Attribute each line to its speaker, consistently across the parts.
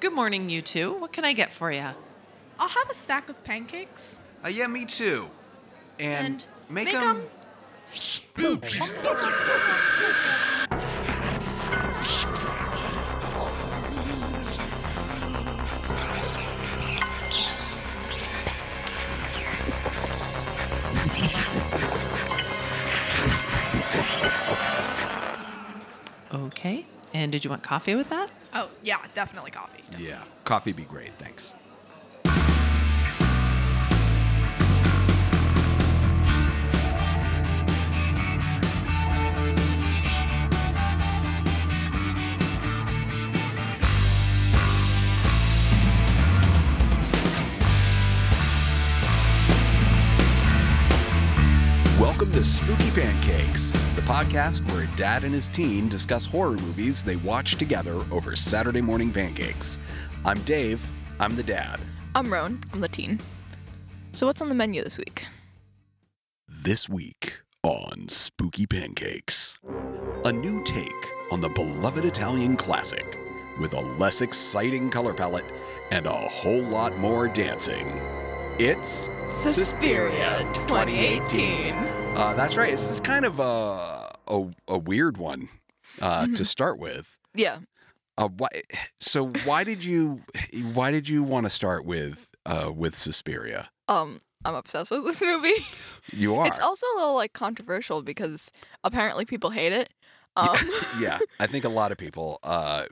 Speaker 1: Good morning, you two. What can I get for you?
Speaker 2: I'll have a stack of pancakes.
Speaker 3: Uh, yeah, me too. And,
Speaker 2: And
Speaker 3: make,
Speaker 2: make
Speaker 3: them.
Speaker 2: 'em-
Speaker 1: Okay. And did you want coffee with that?
Speaker 2: Oh, yeah, definitely coffee.
Speaker 3: Yeah, coffee be great. Thanks. Welcome to Spooky Pancakes, the podcast where dad and his teen discuss horror movies they watch together over Saturday morning pancakes. I'm Dave. I'm the dad.
Speaker 2: I'm Roan. I'm the teen. So, what's on the menu this week?
Speaker 3: This week on Spooky Pancakes, a new take on the beloved Italian classic with a less exciting color palette and a whole lot more dancing. It's Suspiria 2018. Uh, that's right. This is kind of a a, a weird one uh,
Speaker 2: Mm-hmm.
Speaker 3: to start with.
Speaker 2: Yeah.
Speaker 3: Uh, why, so why did you why did you want to start with uh, with Suspiria?
Speaker 2: Um, I'm obsessed with this movie.
Speaker 3: You are.
Speaker 2: It's also a little like controversial because apparently people hate it. Um,
Speaker 3: yeah, I think a lot of people uh,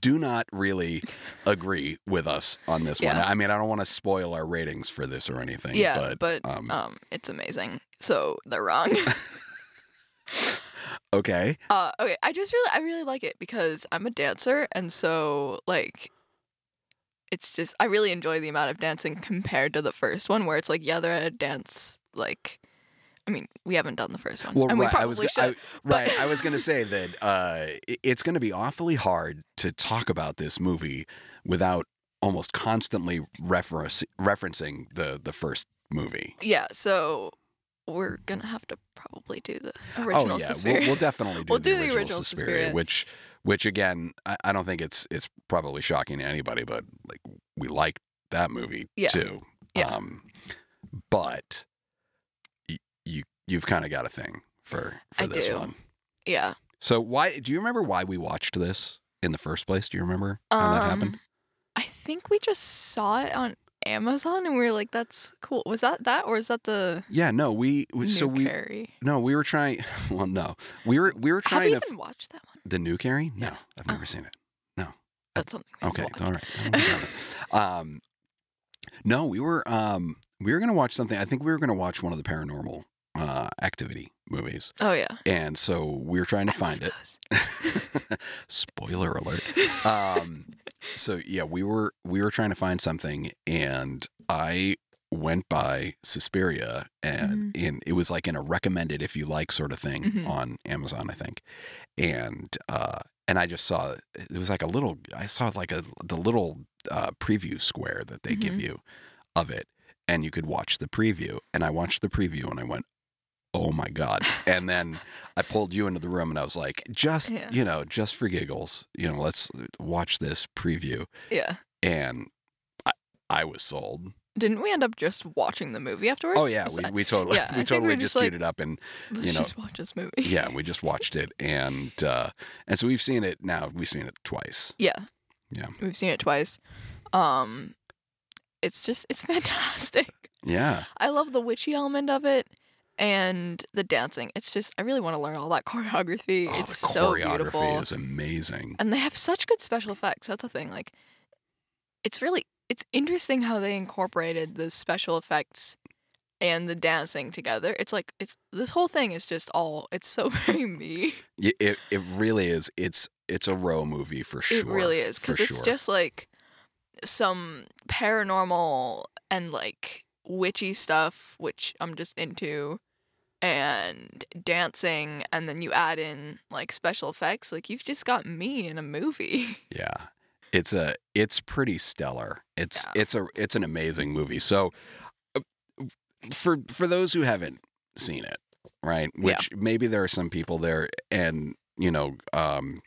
Speaker 3: do not really agree with us on this one.
Speaker 2: Yeah.
Speaker 3: I mean, I don't want to spoil our ratings for this or anything.
Speaker 2: yeah,
Speaker 3: but,
Speaker 2: but,
Speaker 3: um,
Speaker 2: um, it's amazing. So they're wrong.
Speaker 3: okay,
Speaker 2: Uh, okay, I just really, I really like it because I'm a dancer, and so like, it's just I really enjoy the amount of dancing compared to the first one, where it's like, yeah, they're at a dance. Like, I mean, we haven't done the first one,
Speaker 3: well,
Speaker 2: and we
Speaker 3: right,
Speaker 2: probably
Speaker 3: I was,
Speaker 2: should.
Speaker 3: go- I,
Speaker 2: but-
Speaker 3: right, I was going to say that uh, i- it's going to be awfully hard to talk about this movie without almost constantly reference, referencing the the first movie.
Speaker 2: yeah, so we're gonna have to probably do the original
Speaker 3: oh yeah,
Speaker 2: Suspiria.
Speaker 3: We'll, we'll definitely do,
Speaker 2: We'll
Speaker 3: the,
Speaker 2: do the
Speaker 3: original
Speaker 2: original
Speaker 3: Suspiria,
Speaker 2: Suspiria.
Speaker 3: which, which again, I, I don't think it's it's probably shocking to anybody, but like we liked that movie
Speaker 2: Yeah.
Speaker 3: too.
Speaker 2: Yeah.
Speaker 3: Um, but y- you you've kind of got a thing for for
Speaker 2: I
Speaker 3: this
Speaker 2: do.
Speaker 3: one.
Speaker 2: yeah,
Speaker 3: So why do you remember why we watched this in the first place? Do you remember how that happened?
Speaker 2: Um, I think we just saw it on Amazon, and we were like, "That's cool." Was that that, or is that the
Speaker 3: Yeah, no, we, we
Speaker 2: new
Speaker 3: so we
Speaker 2: Carrie?
Speaker 3: no, we were trying. Well, no, we were we were
Speaker 2: Have you
Speaker 3: trying to
Speaker 2: even
Speaker 3: f-
Speaker 2: watched that one?
Speaker 3: the new Carrie. No,
Speaker 2: Yeah.
Speaker 3: I've
Speaker 2: Oh.
Speaker 3: never seen it.
Speaker 2: That's something. we should
Speaker 3: Okay,
Speaker 2: watch.
Speaker 3: all right. I don't know. um, no, we were um, we were gonna watch something. I think we were gonna watch one of the paranormal uh, activity movies,
Speaker 2: Oh yeah.
Speaker 3: and so we were trying to
Speaker 2: I love
Speaker 3: find it.
Speaker 2: those.
Speaker 3: Spoiler alert. Um, so yeah, we were we were trying to find something, and I went by Suspiria, and and it was like in a recommended if you like sort of thing
Speaker 2: Mhm.
Speaker 3: on Amazon, I think, and uh, and I just saw it was like a little. I saw like a the little uh, preview square that they give
Speaker 2: Mhm.
Speaker 3: you of it, and you could watch the preview. And I watched the preview, and I went. Oh my God. And then I pulled you into the room and I was like, just,
Speaker 2: Yeah.
Speaker 3: you know, just for giggles, you know, let's watch this preview.
Speaker 2: Yeah.
Speaker 3: And I, I was sold.
Speaker 2: Didn't we end up just watching the movie afterwards?
Speaker 3: Oh, yeah.
Speaker 2: Was
Speaker 3: We,
Speaker 2: that-
Speaker 3: we totally,
Speaker 2: Yeah, I
Speaker 3: we
Speaker 2: think
Speaker 3: totally
Speaker 2: we're just
Speaker 3: just queued
Speaker 2: like-
Speaker 3: it up and,
Speaker 2: Let's
Speaker 3: you know,
Speaker 2: just watch this movie.
Speaker 3: yeah, we just watched it. And, uh, and so we've seen it now. We've seen it twice.
Speaker 2: Yeah.
Speaker 3: Yeah.
Speaker 2: We've seen it twice. Um it's just it's fantastic.
Speaker 3: Yeah.
Speaker 2: I love the witchy element of it and the dancing. It's just I really want to learn all that choreography.
Speaker 3: Oh,
Speaker 2: it's
Speaker 3: the
Speaker 2: so
Speaker 3: choreography
Speaker 2: beautiful.
Speaker 3: is amazing.
Speaker 2: and they have such good special effects. That's the thing. Like it's really it's interesting how they incorporated the special effects and the dancing together. It's like it's this whole thing is just all it's so very me.
Speaker 3: Y- It, it really is. It's, it's a row movie for sure.
Speaker 2: It really is
Speaker 3: for
Speaker 2: because it's
Speaker 3: sure.
Speaker 2: just like some paranormal and like witchy stuff, which I'm just into, and dancing, and then you add in like special effects. Like you've just got me in a movie.
Speaker 3: Yeah. It's a it's pretty stellar. It's
Speaker 2: Yeah.
Speaker 3: it's a it's an amazing movie. So uh, for for those who haven't seen it, right?
Speaker 2: Yeah.
Speaker 3: Which maybe there are some people there and you know um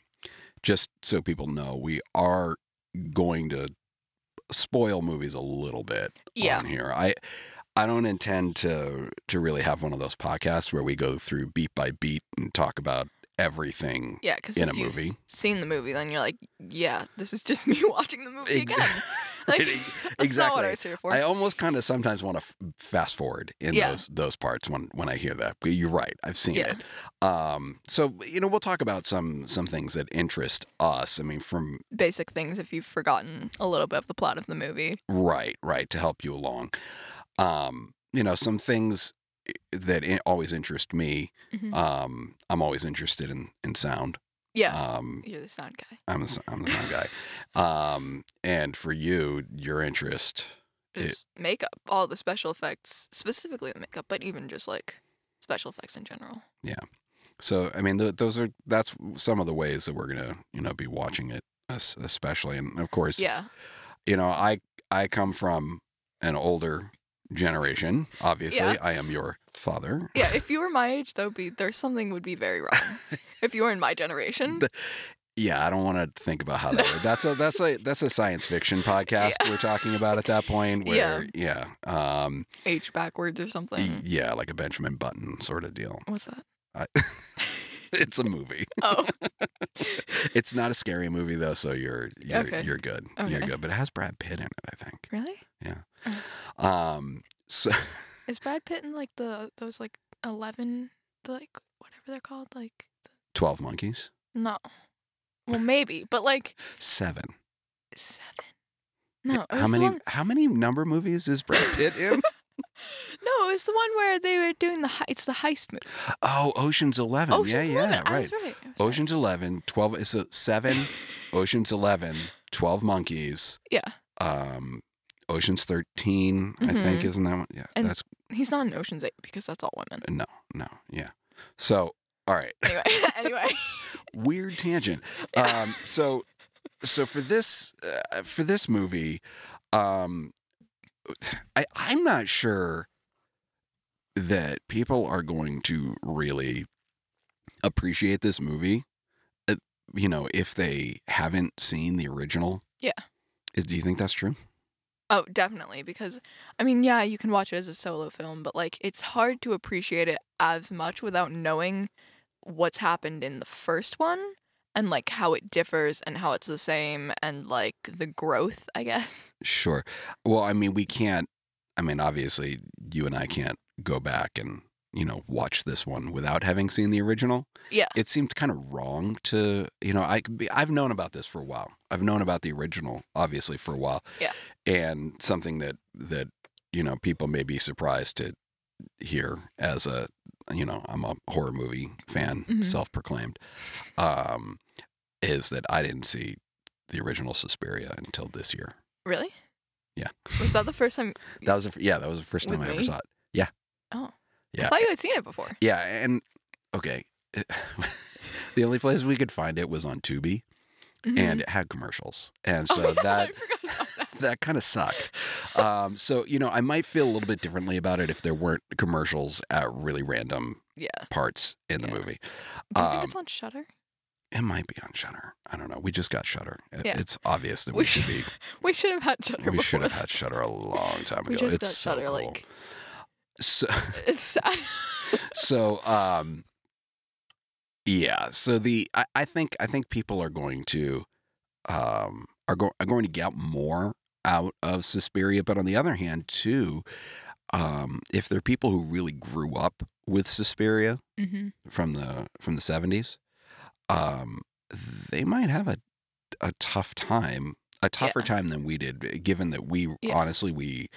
Speaker 3: just so people know, we are going to spoil movies a little bit
Speaker 2: Yeah.
Speaker 3: on here. I I don't intend to to really have one of those podcasts where we go through beat by beat and talk about everything
Speaker 2: Yeah, because
Speaker 3: in
Speaker 2: if
Speaker 3: a
Speaker 2: you've
Speaker 3: movie.
Speaker 2: seen the movie, then you're like, yeah, this is just me watching the movie
Speaker 3: Ex-
Speaker 2: again. Like,
Speaker 3: Right,
Speaker 2: that's not what
Speaker 3: exactly.
Speaker 2: I was here for.
Speaker 3: I almost kind of sometimes want to f- fast forward in
Speaker 2: Yeah.
Speaker 3: those those parts when when I hear that. But you're right. I've seen
Speaker 2: Yeah.
Speaker 3: it. Um, so you know, we'll talk about some some things that interest us. I mean, from
Speaker 2: Basic things if you've forgotten a little bit of the plot of the movie.
Speaker 3: right, right to help you along. Um, you know, some things that in- always interest me.
Speaker 2: Mhm.
Speaker 3: Um, I'm always interested in in sound.
Speaker 2: yeah,
Speaker 3: Um,
Speaker 2: you're the sound guy.
Speaker 3: I'm the s- I'm the sound guy. Um, and for you, your interest. it-
Speaker 2: Just makeup, all the special effects, specifically the makeup, but even just like special effects in general.
Speaker 3: So I mean, th- those are that's some of the ways that we're gonna you know be watching it, es- especially and of course
Speaker 2: Yeah,
Speaker 3: you know I I come from an older generation. Obviously,
Speaker 2: Yeah.
Speaker 3: I am your father.
Speaker 2: yeah. If you were my age, that would be there's something would be very wrong. if you were in my generation,
Speaker 3: The- Yeah, I don't want to think about how that. would That's a that's a that's a science fiction podcast we're talking about at that point. Where yeah, um,
Speaker 2: age backwards or something.
Speaker 3: yeah, like a Benjamin Button sort of deal.
Speaker 2: What's that?
Speaker 3: I, it's a movie.
Speaker 2: Oh,
Speaker 3: It's not a scary movie though, so you're you're
Speaker 2: Okay.
Speaker 3: you're good. You're
Speaker 2: Okay.
Speaker 3: good, but it has Brad Pitt in it, I think.
Speaker 2: really? Hm.
Speaker 3: Um, so
Speaker 2: Is Brad Pitt in like the those like eleven the, like whatever they're called like the,
Speaker 3: Twelve Monkeys,
Speaker 2: no, well maybe but like
Speaker 3: Seven.
Speaker 2: seven. No, Oh, it
Speaker 3: how
Speaker 2: was the
Speaker 3: many?
Speaker 2: one-
Speaker 3: How many number movies is Brad Pitt in?
Speaker 2: no, it was the one where they were doing the he- it's the heist movie.
Speaker 3: oh, Ocean's Eleven.
Speaker 2: Ocean's
Speaker 3: yeah,
Speaker 2: Eleven.
Speaker 3: yeah,
Speaker 2: I
Speaker 3: right.
Speaker 2: was right. I was right.
Speaker 3: Ocean's Eleven. Twelve. So seven. Ocean's Eleven. Twelve Monkeys.
Speaker 2: Yeah.
Speaker 3: Um, Ocean's 13 I think, isn't that one? Yeah,
Speaker 2: Mm-hmm. And-
Speaker 3: that's
Speaker 2: He's not in Ocean's Eight because that's all women.
Speaker 3: no, no, yeah. So, all right,
Speaker 2: Anyway, anyway.
Speaker 3: weird tangent. Um, so, so for this uh, for this movie, um, I I'm not sure that people are going to really appreciate this movie. uh, You know, if they haven't seen the original.
Speaker 2: Yeah.
Speaker 3: Is, do you think that's true?
Speaker 2: Oh, definitely because I mean, yeah, you can watch it as a solo film, but like it's hard to appreciate it as much without knowing what's happened in the first one and like how it differs and how it's the same and like the growth, I guess.
Speaker 3: Sure. Well, I mean, we can't. I mean, obviously, you and I can't go back and you know watch this one without having seen the original.
Speaker 2: Yeah.
Speaker 3: It seemed kind of wrong to you know I could be- I've known about this for a while. I've known about the original obviously for a while.
Speaker 2: Yeah.
Speaker 3: And something that that you know people may be surprised to hear as a you know I'm a horror movie fan,
Speaker 2: Mhm.
Speaker 3: self-proclaimed, um, is that I didn't see the original Suspiria until this year.
Speaker 2: Really?
Speaker 3: Yeah.
Speaker 2: Was that the first time?
Speaker 3: That was the, f- yeah. That was the first time
Speaker 2: With
Speaker 3: I ever
Speaker 2: me?
Speaker 3: saw it.
Speaker 2: Oh.
Speaker 3: Yeah.
Speaker 2: I thought you had seen it before.
Speaker 3: Yeah, and okay, the only place we could find it was on Tubi,
Speaker 2: Mhm.
Speaker 3: and it had commercials, and
Speaker 2: Oh
Speaker 3: so
Speaker 2: my God,
Speaker 3: that
Speaker 2: I forgot about that.
Speaker 3: that kind of sucked. Um, so you know, I might feel a little bit differently about it if there weren't commercials at really random
Speaker 2: Yeah.
Speaker 3: parts in the
Speaker 2: Yeah.
Speaker 3: movie.
Speaker 2: Do you think
Speaker 3: Um,
Speaker 2: it's on Shutter?
Speaker 3: It might be on Shutter. I don't know. We just got Shutter.
Speaker 2: Yeah.
Speaker 3: It's obvious that we,
Speaker 2: We
Speaker 3: should be.
Speaker 2: should- We should have had Shutter.
Speaker 3: We
Speaker 2: before
Speaker 3: should have had Shutter a long time
Speaker 2: that. We
Speaker 3: ago.
Speaker 2: just
Speaker 3: it's
Speaker 2: got
Speaker 3: so
Speaker 2: Shutter.
Speaker 3: cool.
Speaker 2: Like
Speaker 3: so.
Speaker 2: it's sad.
Speaker 3: so um yeah so the I, I think i think people are going to um are, go, are going to get more out of Suspiria but on the other hand too um if they're people who really grew up with Suspiria
Speaker 2: hmm
Speaker 3: from the from the 70s um they might have a a tough time a tougher time than we did eh, given that we
Speaker 2: Yeah.
Speaker 3: honestly we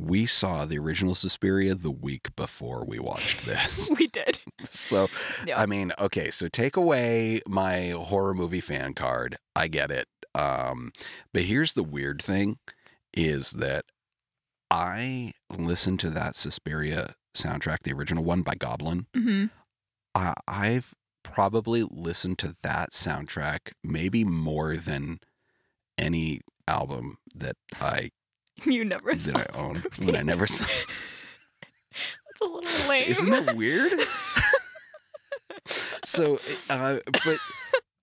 Speaker 3: we saw the original Suspiria the week before we watched this
Speaker 2: We did.
Speaker 3: so,
Speaker 2: Yeah.
Speaker 3: I mean, okay, so take away my horror movie fan card. I get it. Um, but here's the weird thing is that I listened to that Suspiria soundtrack, the original one by Goblin.
Speaker 2: hmm
Speaker 3: Uh, I've probably listened to that soundtrack maybe more than any album that I
Speaker 2: You never
Speaker 3: that I own when I never saw.
Speaker 2: That's a little lame.
Speaker 3: Isn't that weird? so, uh, but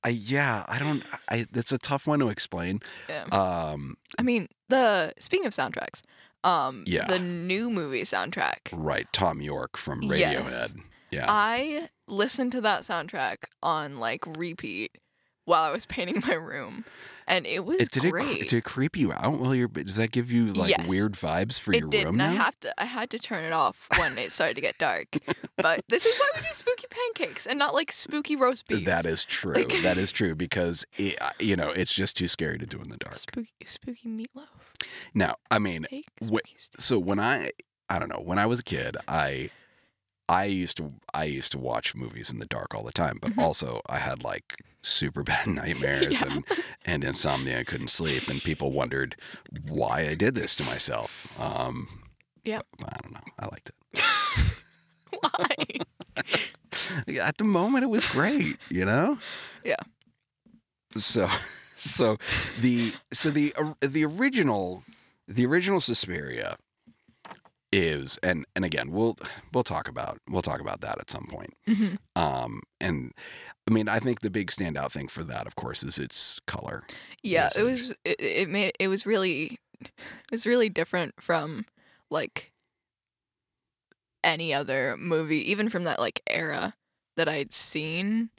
Speaker 3: I, yeah, I don't. I that's a tough one to explain.
Speaker 2: Yeah.
Speaker 3: Um,
Speaker 2: I mean, the speaking of soundtracks, um,
Speaker 3: Yeah.
Speaker 2: the new movie soundtrack.
Speaker 3: right, Tom York from Radiohead.
Speaker 2: Yes. Oh,
Speaker 3: Yeah,
Speaker 2: I listened to that soundtrack on like repeat while I was painting my room, and it was
Speaker 3: it did it, cre-
Speaker 2: great.
Speaker 3: did it creep you out while you're? Does that give you like
Speaker 2: Yes.
Speaker 3: weird vibes for
Speaker 2: it
Speaker 3: your
Speaker 2: did,
Speaker 3: room
Speaker 2: and I
Speaker 3: now?
Speaker 2: have to. I had to turn it off when it started to get dark. But this is why we do spooky pancakes and not like spooky roast beef.
Speaker 3: That is true.
Speaker 2: Like-
Speaker 3: that is true because it, I- you know it's just too scary to do in the dark.
Speaker 2: spooky, spooky meatloaf.
Speaker 3: Now, I mean,
Speaker 2: steak,
Speaker 3: wh-
Speaker 2: spooky steak.
Speaker 3: so when I I don't know when I was a kid, I I used to I used to watch movies in the dark all the time, but
Speaker 2: Mhm.
Speaker 3: also I had like super bad nightmares
Speaker 2: Yeah.
Speaker 3: and and insomnia and couldn't sleep, and people wondered why I did this to myself. Um,
Speaker 2: Yeah.
Speaker 3: but I don't know. I liked it.
Speaker 2: Why?
Speaker 3: At the moment, it was great. You know.
Speaker 2: Yeah.
Speaker 3: So, so the so the or- the original the original Suspiria is and and again we'll we'll talk about we'll talk about that at some point.
Speaker 2: Mhm.
Speaker 3: Um, and I mean, I think the big standout thing for that, of course, is its color.
Speaker 2: Yeah,
Speaker 3: Yes,
Speaker 2: it
Speaker 3: it
Speaker 2: was. It, it made it was really, it was really different from like any other movie, even from that like era that I'd seen.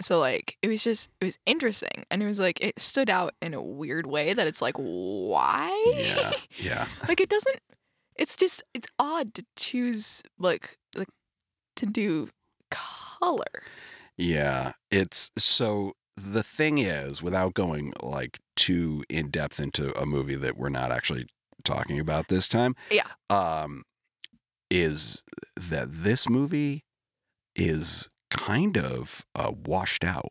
Speaker 2: So like it was just it was interesting, and it was like it stood out in a weird way that it's like why?
Speaker 3: Yeah, yeah,
Speaker 2: like it doesn't. It's just it's odd to choose like like to do color.
Speaker 3: yeah. It's so the thing is, without going like too in depth into a movie that we're not actually talking about this time.
Speaker 2: Yeah.
Speaker 3: Um, is that this movie is kind of uh, washed out.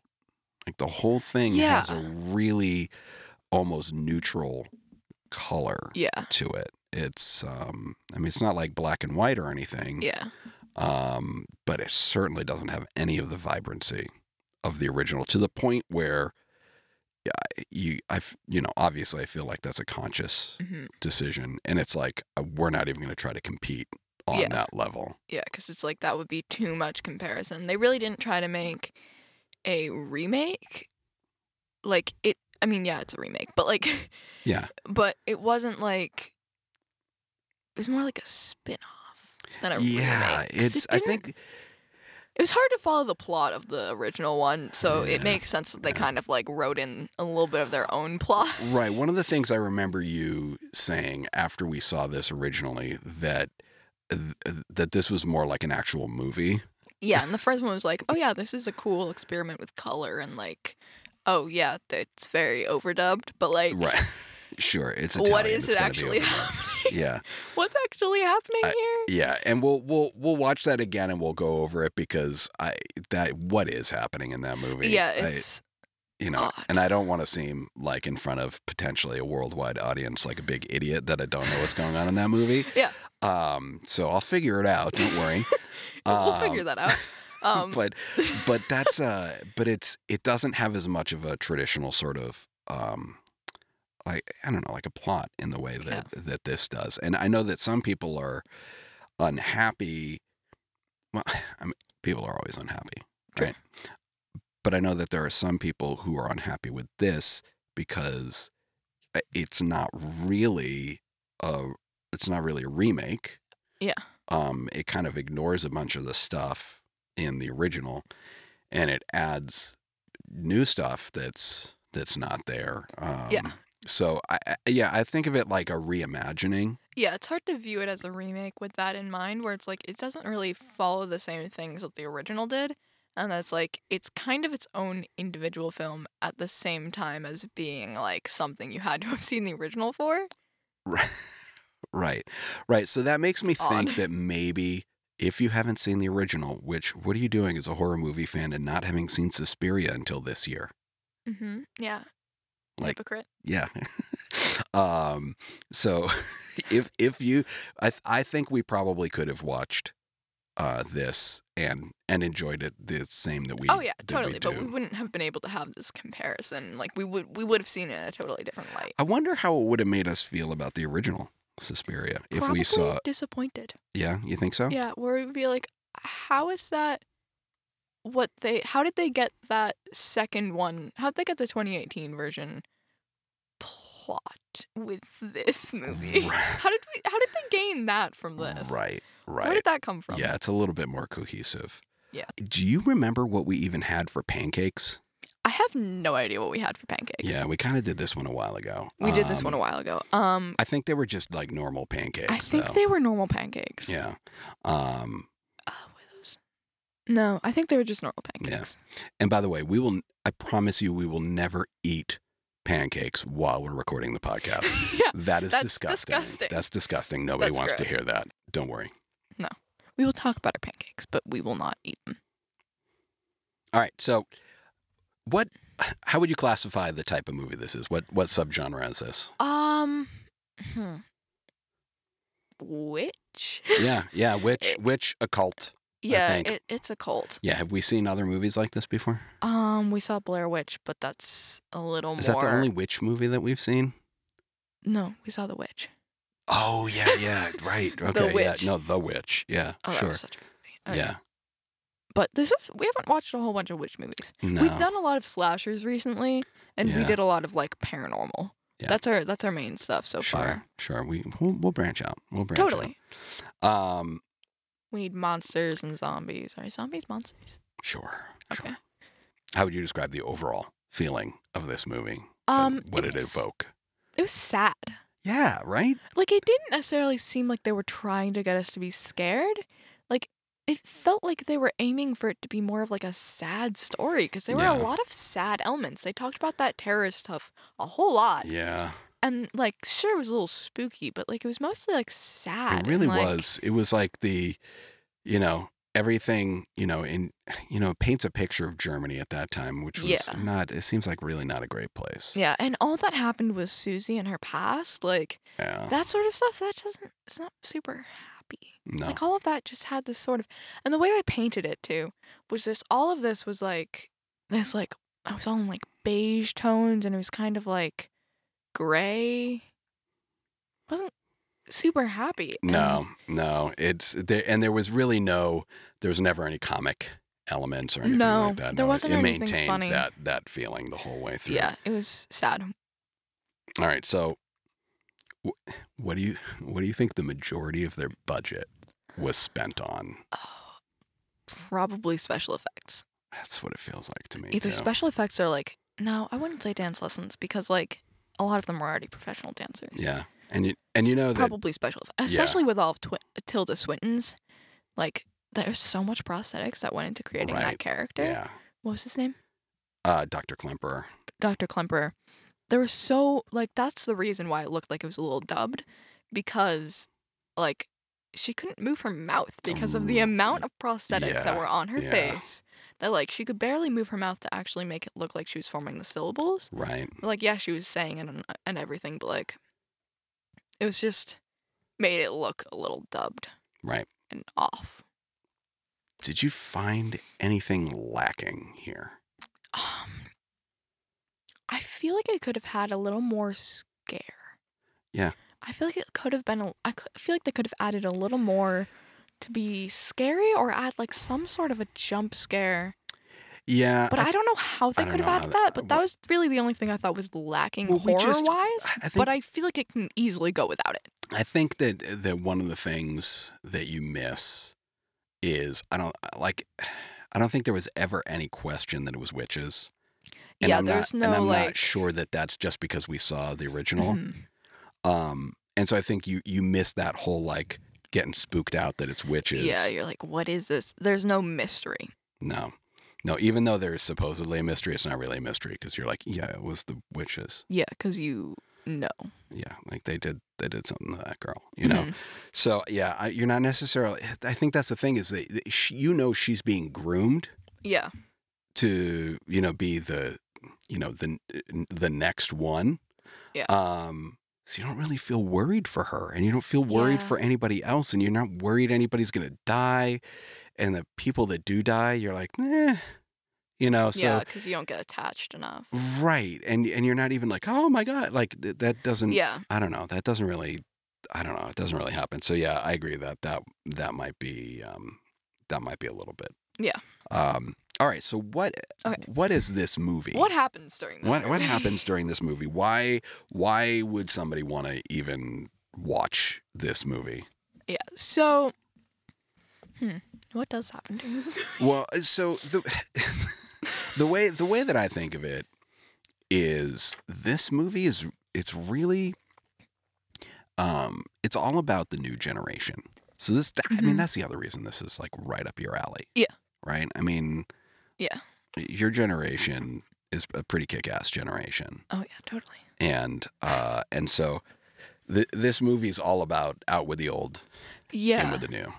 Speaker 3: Like the whole thing
Speaker 2: Yeah.
Speaker 3: has a really almost neutral color.
Speaker 2: Yeah,
Speaker 3: to it. It's um I mean it's not like black and white or anything.
Speaker 2: yeah,
Speaker 3: Um but it certainly doesn't have any of the vibrancy of the original to the point where yeah, I- you I f- you know obviously I feel like that's a conscious
Speaker 2: hmm
Speaker 3: decision and it's like uh, we're not even going to try to compete on
Speaker 2: Yeah.
Speaker 3: that level.
Speaker 2: yeah. Because it's like that would be too much comparison. They really didn't try to make a remake. Like it. I mean, yeah, it's a remake, but like,
Speaker 3: Yeah.
Speaker 2: but it wasn't like. It was more like a spin off than a
Speaker 3: yeah,
Speaker 2: remake. 'cause it
Speaker 3: it's I
Speaker 2: didn't-
Speaker 3: think
Speaker 2: it was hard to follow the plot of the original one, so
Speaker 3: Yeah,
Speaker 2: it makes sense that they
Speaker 3: yeah.
Speaker 2: kind of like wrote in a little bit of their own plot.
Speaker 3: Right. One of the things I remember you saying after we saw this originally that th- that this was more like an actual movie.
Speaker 2: Yeah, and the first one was like, oh yeah, this is a cool experiment with color, and like, oh yeah, it's very overdubbed, but like,
Speaker 3: Right. Sure. It's Italian.
Speaker 2: what is
Speaker 3: it's
Speaker 2: it
Speaker 3: gonna be
Speaker 2: actually
Speaker 3: over.
Speaker 2: happening?
Speaker 3: Yeah.
Speaker 2: What's actually happening
Speaker 3: I-
Speaker 2: here?
Speaker 3: Yeah. And we'll we'll we'll watch that again and we'll go over it because I that what is happening in that movie.
Speaker 2: yeah,
Speaker 3: I-
Speaker 2: it's
Speaker 3: you know,
Speaker 2: odd.
Speaker 3: and I don't want to seem like in front of potentially a worldwide audience like a big idiot that I don't know what's going on in that movie.
Speaker 2: Yeah.
Speaker 3: Um so I'll figure it out, don't worry. Um,
Speaker 2: we'll figure that out. Um,
Speaker 3: but but that's uh but it's it doesn't have as much of a traditional sort of um like I don't know like a plot in the way that that this does and I know that some people are unhappy well I mean people are always unhappy
Speaker 2: True.
Speaker 3: right but I know that there are some people who are unhappy with this because eh, it's not really a it's not really a remake
Speaker 2: Yeah.
Speaker 3: um it kind of ignores a bunch of the stuff in the original and it adds new stuff that's that's not there. Um,
Speaker 2: Yeah.
Speaker 3: So I, I yeah, I think of it like a reimagining.
Speaker 2: yeah, it's hard to view it as a remake with that in mind, where it's like it doesn't really follow the same things that the original did, and that's like it's kind of its own individual film at the same time as being like something you had to have seen the original for.
Speaker 3: Right. Right. So that makes me
Speaker 2: It's
Speaker 3: think
Speaker 2: odd.
Speaker 3: that maybe if you haven't seen the original, which what are you doing as a horror movie fan and not having seen Suspiria until this year?
Speaker 2: Mm-hmm. Yeah.
Speaker 3: Like
Speaker 2: Hypocrite.
Speaker 3: yeah. um so if if you I th- I think we probably could have watched uh this and and enjoyed it the same that we
Speaker 2: Oh yeah,
Speaker 3: that we
Speaker 2: totally. but
Speaker 3: do.
Speaker 2: we wouldn't have been able to have this comparison. Like we would, we would have seen it in a totally different light.
Speaker 3: I wonder how it would have made us feel about the original Suspiria if
Speaker 2: Probably
Speaker 3: we saw.
Speaker 2: disappointed.
Speaker 3: Yeah, you think so?
Speaker 2: Yeah, where we'd be like, how is that what they how did they get that second one? How did they get the 2018 version plot with this movie? How did we how did they gain that from this?
Speaker 3: Right, right.
Speaker 2: Where did that come from?
Speaker 3: Yeah, it's a little bit more cohesive.
Speaker 2: Yeah.
Speaker 3: Do you remember what we even had for pancakes?
Speaker 2: I have no idea what we had for pancakes.
Speaker 3: Yeah, we kind of did this one a while ago.
Speaker 2: We did this one a
Speaker 3: Um,
Speaker 2: while ago. Um
Speaker 3: I think they were just like normal pancakes.
Speaker 2: I think
Speaker 3: though.
Speaker 2: they were normal pancakes.
Speaker 3: Yeah. Um,
Speaker 2: Uh, were those? No, I think they were just normal pancakes.
Speaker 3: and by the way, we will. I promise you, we will never eat pancakes while we're recording the podcast.
Speaker 2: yeah.
Speaker 3: That is
Speaker 2: That's
Speaker 3: disgusting.
Speaker 2: disgusting.
Speaker 3: That's disgusting. Nobody
Speaker 2: That's
Speaker 3: wants
Speaker 2: gross.
Speaker 3: to hear that. Don't worry.
Speaker 2: We will talk about our pancakes, but we will not eat them.
Speaker 3: All right. So, what? How would you classify the type of movie this is? What what subgenre is this?
Speaker 2: Um, hmm. Which?
Speaker 3: Yeah, yeah.
Speaker 2: Eh
Speaker 3: Which which occult?
Speaker 2: yeah,
Speaker 3: think.
Speaker 2: it, it's a cult.
Speaker 3: Yeah. Have we seen other movies like this before?
Speaker 2: Um, we saw Blair Witch, but that's a little
Speaker 3: Is
Speaker 2: more.
Speaker 3: that the only witch movie that we've seen?
Speaker 2: No, we saw the witch.
Speaker 3: Oh yeah, yeah. Right.
Speaker 2: The
Speaker 3: Okay.
Speaker 2: Witch.
Speaker 3: Yeah. No, the witch. Yeah.
Speaker 2: Oh, that
Speaker 3: sure.
Speaker 2: was such a good movie. Okay.
Speaker 3: Yeah.
Speaker 2: but this is we haven't watched a whole bunch of witch movies.
Speaker 3: No.
Speaker 2: We've done a lot of slashers recently, and we
Speaker 3: Yeah.
Speaker 2: did a lot of like paranormal.
Speaker 3: Yeah.
Speaker 2: That's our that's our main stuff so
Speaker 3: sure.
Speaker 2: far.
Speaker 3: Sure. We we'll, we'll branch out. We'll branch
Speaker 2: Totally,
Speaker 3: out. Um.
Speaker 2: we need monsters and zombies. Are zombies monsters?
Speaker 3: Sure.
Speaker 2: Okay.
Speaker 3: Sure. How would you describe the overall feeling of this movie?
Speaker 2: Um,
Speaker 3: what did it
Speaker 2: was-
Speaker 3: evoke?
Speaker 2: It was sad.
Speaker 3: Yeah. Right.
Speaker 2: like it didn't necessarily seem like they were trying to get us to be scared like it felt like they were aiming for it to be more of like a sad story because there were
Speaker 3: Yeah.
Speaker 2: a lot of sad elements they talked about that terrorist stuff a whole lot
Speaker 3: Yeah.
Speaker 2: and like sure it was a little spooky but like it was mostly like sad
Speaker 3: It
Speaker 2: and,
Speaker 3: really
Speaker 2: like-
Speaker 3: was. It was like the, you know, everything, you know, in, you know, paints a picture of Germany at that time, which was
Speaker 2: Yeah.
Speaker 3: not, it seems like really not a great place.
Speaker 2: yeah and all that happened with susie and her past like
Speaker 3: Yeah.
Speaker 2: that sort of stuff that doesn't it's not super happy
Speaker 3: no.
Speaker 2: Like all of that just had this sort of, and the way they painted it too was just all of this was like this like I was all in like beige tones and it was kind of like gray. wasn't super happy. and-
Speaker 3: no, no. It's there. And there was really no, there was never any comic elements or anything
Speaker 2: No,
Speaker 3: like that.
Speaker 2: there
Speaker 3: it-
Speaker 2: wasn't
Speaker 3: it
Speaker 2: anything
Speaker 3: maintained
Speaker 2: funny.
Speaker 3: that, that feeling the whole way through.
Speaker 2: Yeah, it was sad.
Speaker 3: All right. So wh- what do you, what do you think the majority of their budget was spent on?
Speaker 2: Oh, probably special effects.
Speaker 3: That's what it feels like to me.
Speaker 2: Either
Speaker 3: too.
Speaker 2: special effects or like no, I wouldn't say dance lessons because like a lot of them were already professional dancers.
Speaker 3: Yeah. And you, and you know that
Speaker 2: probably special effects,
Speaker 3: Yeah.
Speaker 2: especially with all of Twi- Tilda Swinton's. Like, there's so much prosthetics that went into creating
Speaker 3: Right.
Speaker 2: that character.
Speaker 3: Yeah.
Speaker 2: What was his name?
Speaker 3: Uh, Dr. Klemperer.
Speaker 2: Dr. Klemperer. There was so like that's the reason why it looked like it was a little dubbed, because like she couldn't move her mouth because of the
Speaker 3: Ooh,
Speaker 2: amount of prosthetics
Speaker 3: yeah,
Speaker 2: that were on her
Speaker 3: yeah.
Speaker 2: face. That like she could barely move her mouth to actually make it look like she was forming the syllables.
Speaker 3: Right.
Speaker 2: like yeah she was saying it and, and everything but like it was just made it look a little dubbed
Speaker 3: Right.
Speaker 2: and off
Speaker 3: Did you find anything lacking here?
Speaker 2: um i feel like i could have had a little more scare
Speaker 3: Yeah.
Speaker 2: i feel like it could have been a, i cou- I feel like they could have added a little more to be scary or add like some sort of a jump scare
Speaker 3: Yeah.
Speaker 2: but i, don't know how they
Speaker 3: don't
Speaker 2: could have
Speaker 3: know how
Speaker 2: added
Speaker 3: that-
Speaker 2: that but that
Speaker 3: what-
Speaker 2: was really the only thing i thought was lacking
Speaker 3: Well, we
Speaker 2: horror
Speaker 3: just-
Speaker 2: wise
Speaker 3: I think,
Speaker 2: but i feel like it can easily go without it
Speaker 3: I think that that one of the things that you miss is I don't uh, like I don't think there was ever any question that it was witches. And
Speaker 2: yeah
Speaker 3: I'm
Speaker 2: there's
Speaker 3: not,
Speaker 2: no
Speaker 3: and I'm
Speaker 2: like
Speaker 3: not sure that that's just because we saw the original.
Speaker 2: Mhm.
Speaker 3: Um and so I think you you miss that whole like getting spooked out that it's witches.
Speaker 2: Yeah, you're like, what is this? There's no mystery.
Speaker 3: No. No, even though there's supposedly a mystery, it's not really a mystery because you're like, yeah, it was the witches.
Speaker 2: Yeah, because you know.
Speaker 3: Yeah, like they did, they did something to that girl, you know.
Speaker 2: Mm-hmm.
Speaker 3: So yeah, I, you're not necessarily. I think that's the thing is that that she, you know she's being groomed
Speaker 2: Yeah,
Speaker 3: to you know be the you know the the next one.
Speaker 2: Yeah.
Speaker 3: Um. So you don't really feel worried for her, and you don't feel worried
Speaker 2: Yeah.
Speaker 3: for anybody else, and you're not worried anybody's gonna die, and the people that do die, you're like, eh, you know. So
Speaker 2: yeah, because you don't get attached enough.
Speaker 3: Right. And and you're not even like, "Oh my god." Like th- that doesn't
Speaker 2: Yeah,
Speaker 3: I don't know. That doesn't really I don't know. It doesn't really happen. So yeah, I agree that that that might be um that might be a little bit.
Speaker 2: Yeah.
Speaker 3: Um All right. So what
Speaker 2: Okay.
Speaker 3: what is this movie?
Speaker 2: What happens during this?
Speaker 3: what, what
Speaker 2: movie?
Speaker 3: happens during this movie? Why why would somebody want to even watch this movie?
Speaker 2: Yeah. So, hmm, what does happen during this movie?
Speaker 3: Well, uh, so the the way the way that I think of it is this movie is it's really um it's all about the new generation. So this I mean
Speaker 2: Mhm.
Speaker 3: that's the other reason this is like right up your alley.
Speaker 2: Yeah.
Speaker 3: Right? I mean
Speaker 2: Yeah.
Speaker 3: Your generation is a pretty kick-ass generation.
Speaker 2: Oh yeah, totally.
Speaker 3: and uh, and so th- this movie is all about out with the old in
Speaker 2: Yeah.
Speaker 3: with the new.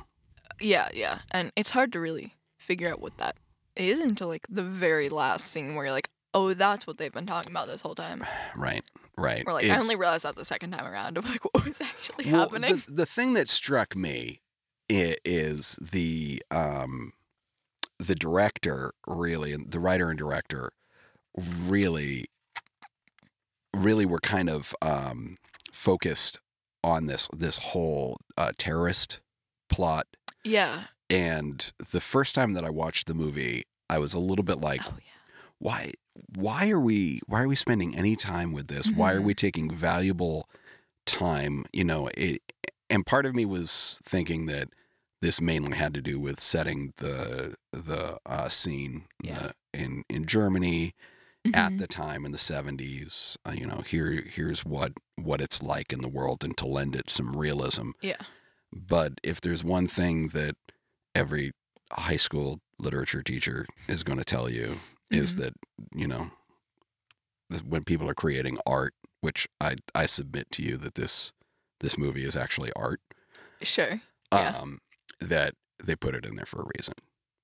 Speaker 2: Yeah, yeah. And it's hard to really figure out what that is until like the very last scene where you're like, oh, that's what they've been talking about this whole time.
Speaker 3: Right, right.
Speaker 2: Or like, I
Speaker 3: It's-
Speaker 2: only realized that the second time around of like what was actually
Speaker 3: well,
Speaker 2: happening.
Speaker 3: The, the thing that struck me i- is the um, the director really, and the writer and director really, really were kind of um, focused on this this whole uh, terrorist plot.
Speaker 2: Yeah.
Speaker 3: And the first time that I watched the movie, I was a little bit like,
Speaker 2: Oh yeah.
Speaker 3: why why are we why are we spending any time with this why are
Speaker 2: Mhm.
Speaker 3: we taking valuable time you know it and part of me was thinking that this mainly had to do with setting the the uh, scene
Speaker 2: Yeah.
Speaker 3: uh, in in Germany at
Speaker 2: Mhm.
Speaker 3: the time in the 70s uh, you know here here's what what it's like in the world and to lend it some realism
Speaker 2: Yeah.
Speaker 3: but if there's one thing that every high school literature teacher is going to tell you is
Speaker 2: Mhm.
Speaker 3: that you know that when people are creating art which i i submit to you that this this movie is actually art
Speaker 2: Sure. Yeah.
Speaker 3: um that they put it in there for a reason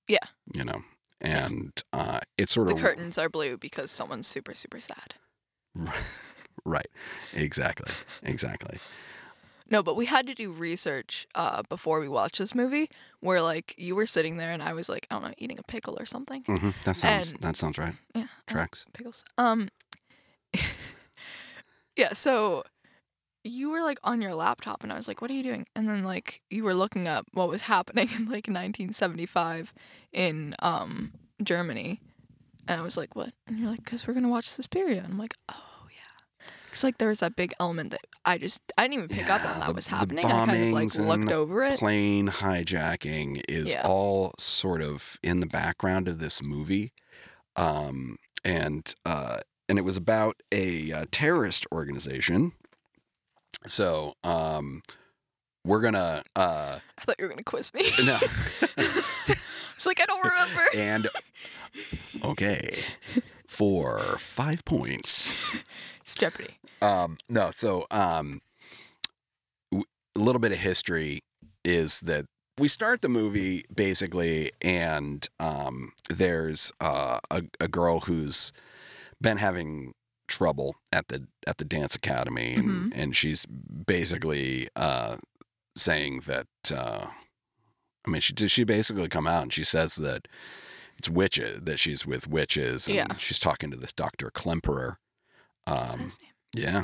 Speaker 2: Yeah.
Speaker 3: you know and uh it's sort
Speaker 2: The
Speaker 3: of
Speaker 2: curtains are blue because someone's super, super sad.
Speaker 3: right exactly exactly
Speaker 2: No, but we had to do research uh, before we watched this movie where like you were sitting there and I was like, I don't know, eating a pickle or something.
Speaker 3: hmm that sounds
Speaker 2: And- uh,
Speaker 3: that sounds right
Speaker 2: Yeah. I like
Speaker 3: tracks
Speaker 2: Pickles. Um Yeah, so you were like on your laptop and I was like, What are you doing? And then like you were looking up what was happening in like nineteen seventy five in um Germany. And I was like, What? And you're like, Because we're gonna watch Suspiria and I'm like, Oh yeah. Cause like there was that big element that I just I didn't even pick up
Speaker 3: Yeah,
Speaker 2: on that
Speaker 3: the-
Speaker 2: was
Speaker 3: the
Speaker 2: happening. I kind of like
Speaker 3: bombings and
Speaker 2: looked over it.
Speaker 3: plane hijacking is
Speaker 2: Yeah.
Speaker 3: all sort of in the background of this movie um, and uh, and it was about a uh, terrorist organization so um, we're gonna uh,
Speaker 2: I thought you were gonna quiz me.
Speaker 3: no
Speaker 2: it's like I don't remember.
Speaker 3: and okay for five points
Speaker 2: It's Jeopardy.
Speaker 3: Um, no, so um, w- a little bit of history is that we start the movie basically, and um, there's uh, a, a girl who's been having trouble at the at the dance academy, and, and she's basically uh, saying that. Uh, I mean, she she basically come out and she says that it's witches that she's with witches, and
Speaker 2: Yeah.
Speaker 3: she's talking to this Doctor Klemperer.
Speaker 2: Is that
Speaker 3: Um,
Speaker 2: his name?
Speaker 3: yeah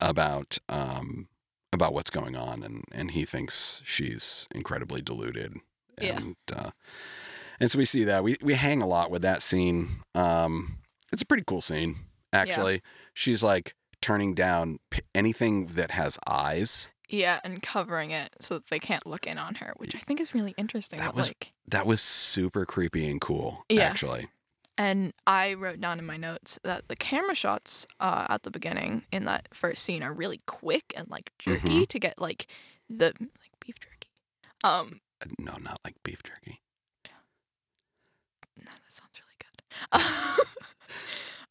Speaker 3: about um about what's going on and and he thinks she's incredibly deluded
Speaker 2: Yeah.
Speaker 3: and uh and so we see that we we hang a lot with that scene um it's a pretty cool scene actually she's like turning down p- anything that has eyes
Speaker 2: Yeah, and covering it so that they can't look in on her, which I think is really interesting.
Speaker 3: That
Speaker 2: That
Speaker 3: was-
Speaker 2: like,
Speaker 3: that was super creepy and cool
Speaker 2: Yeah.
Speaker 3: actually
Speaker 2: and I wrote down in my notes that the camera shots uh, at the beginning in that first scene are really quick and like
Speaker 3: Mm-hmm.
Speaker 2: jerky to get like the like beef jerky. Um,
Speaker 3: Uh, no not like beef jerky
Speaker 2: no, that sounds really good.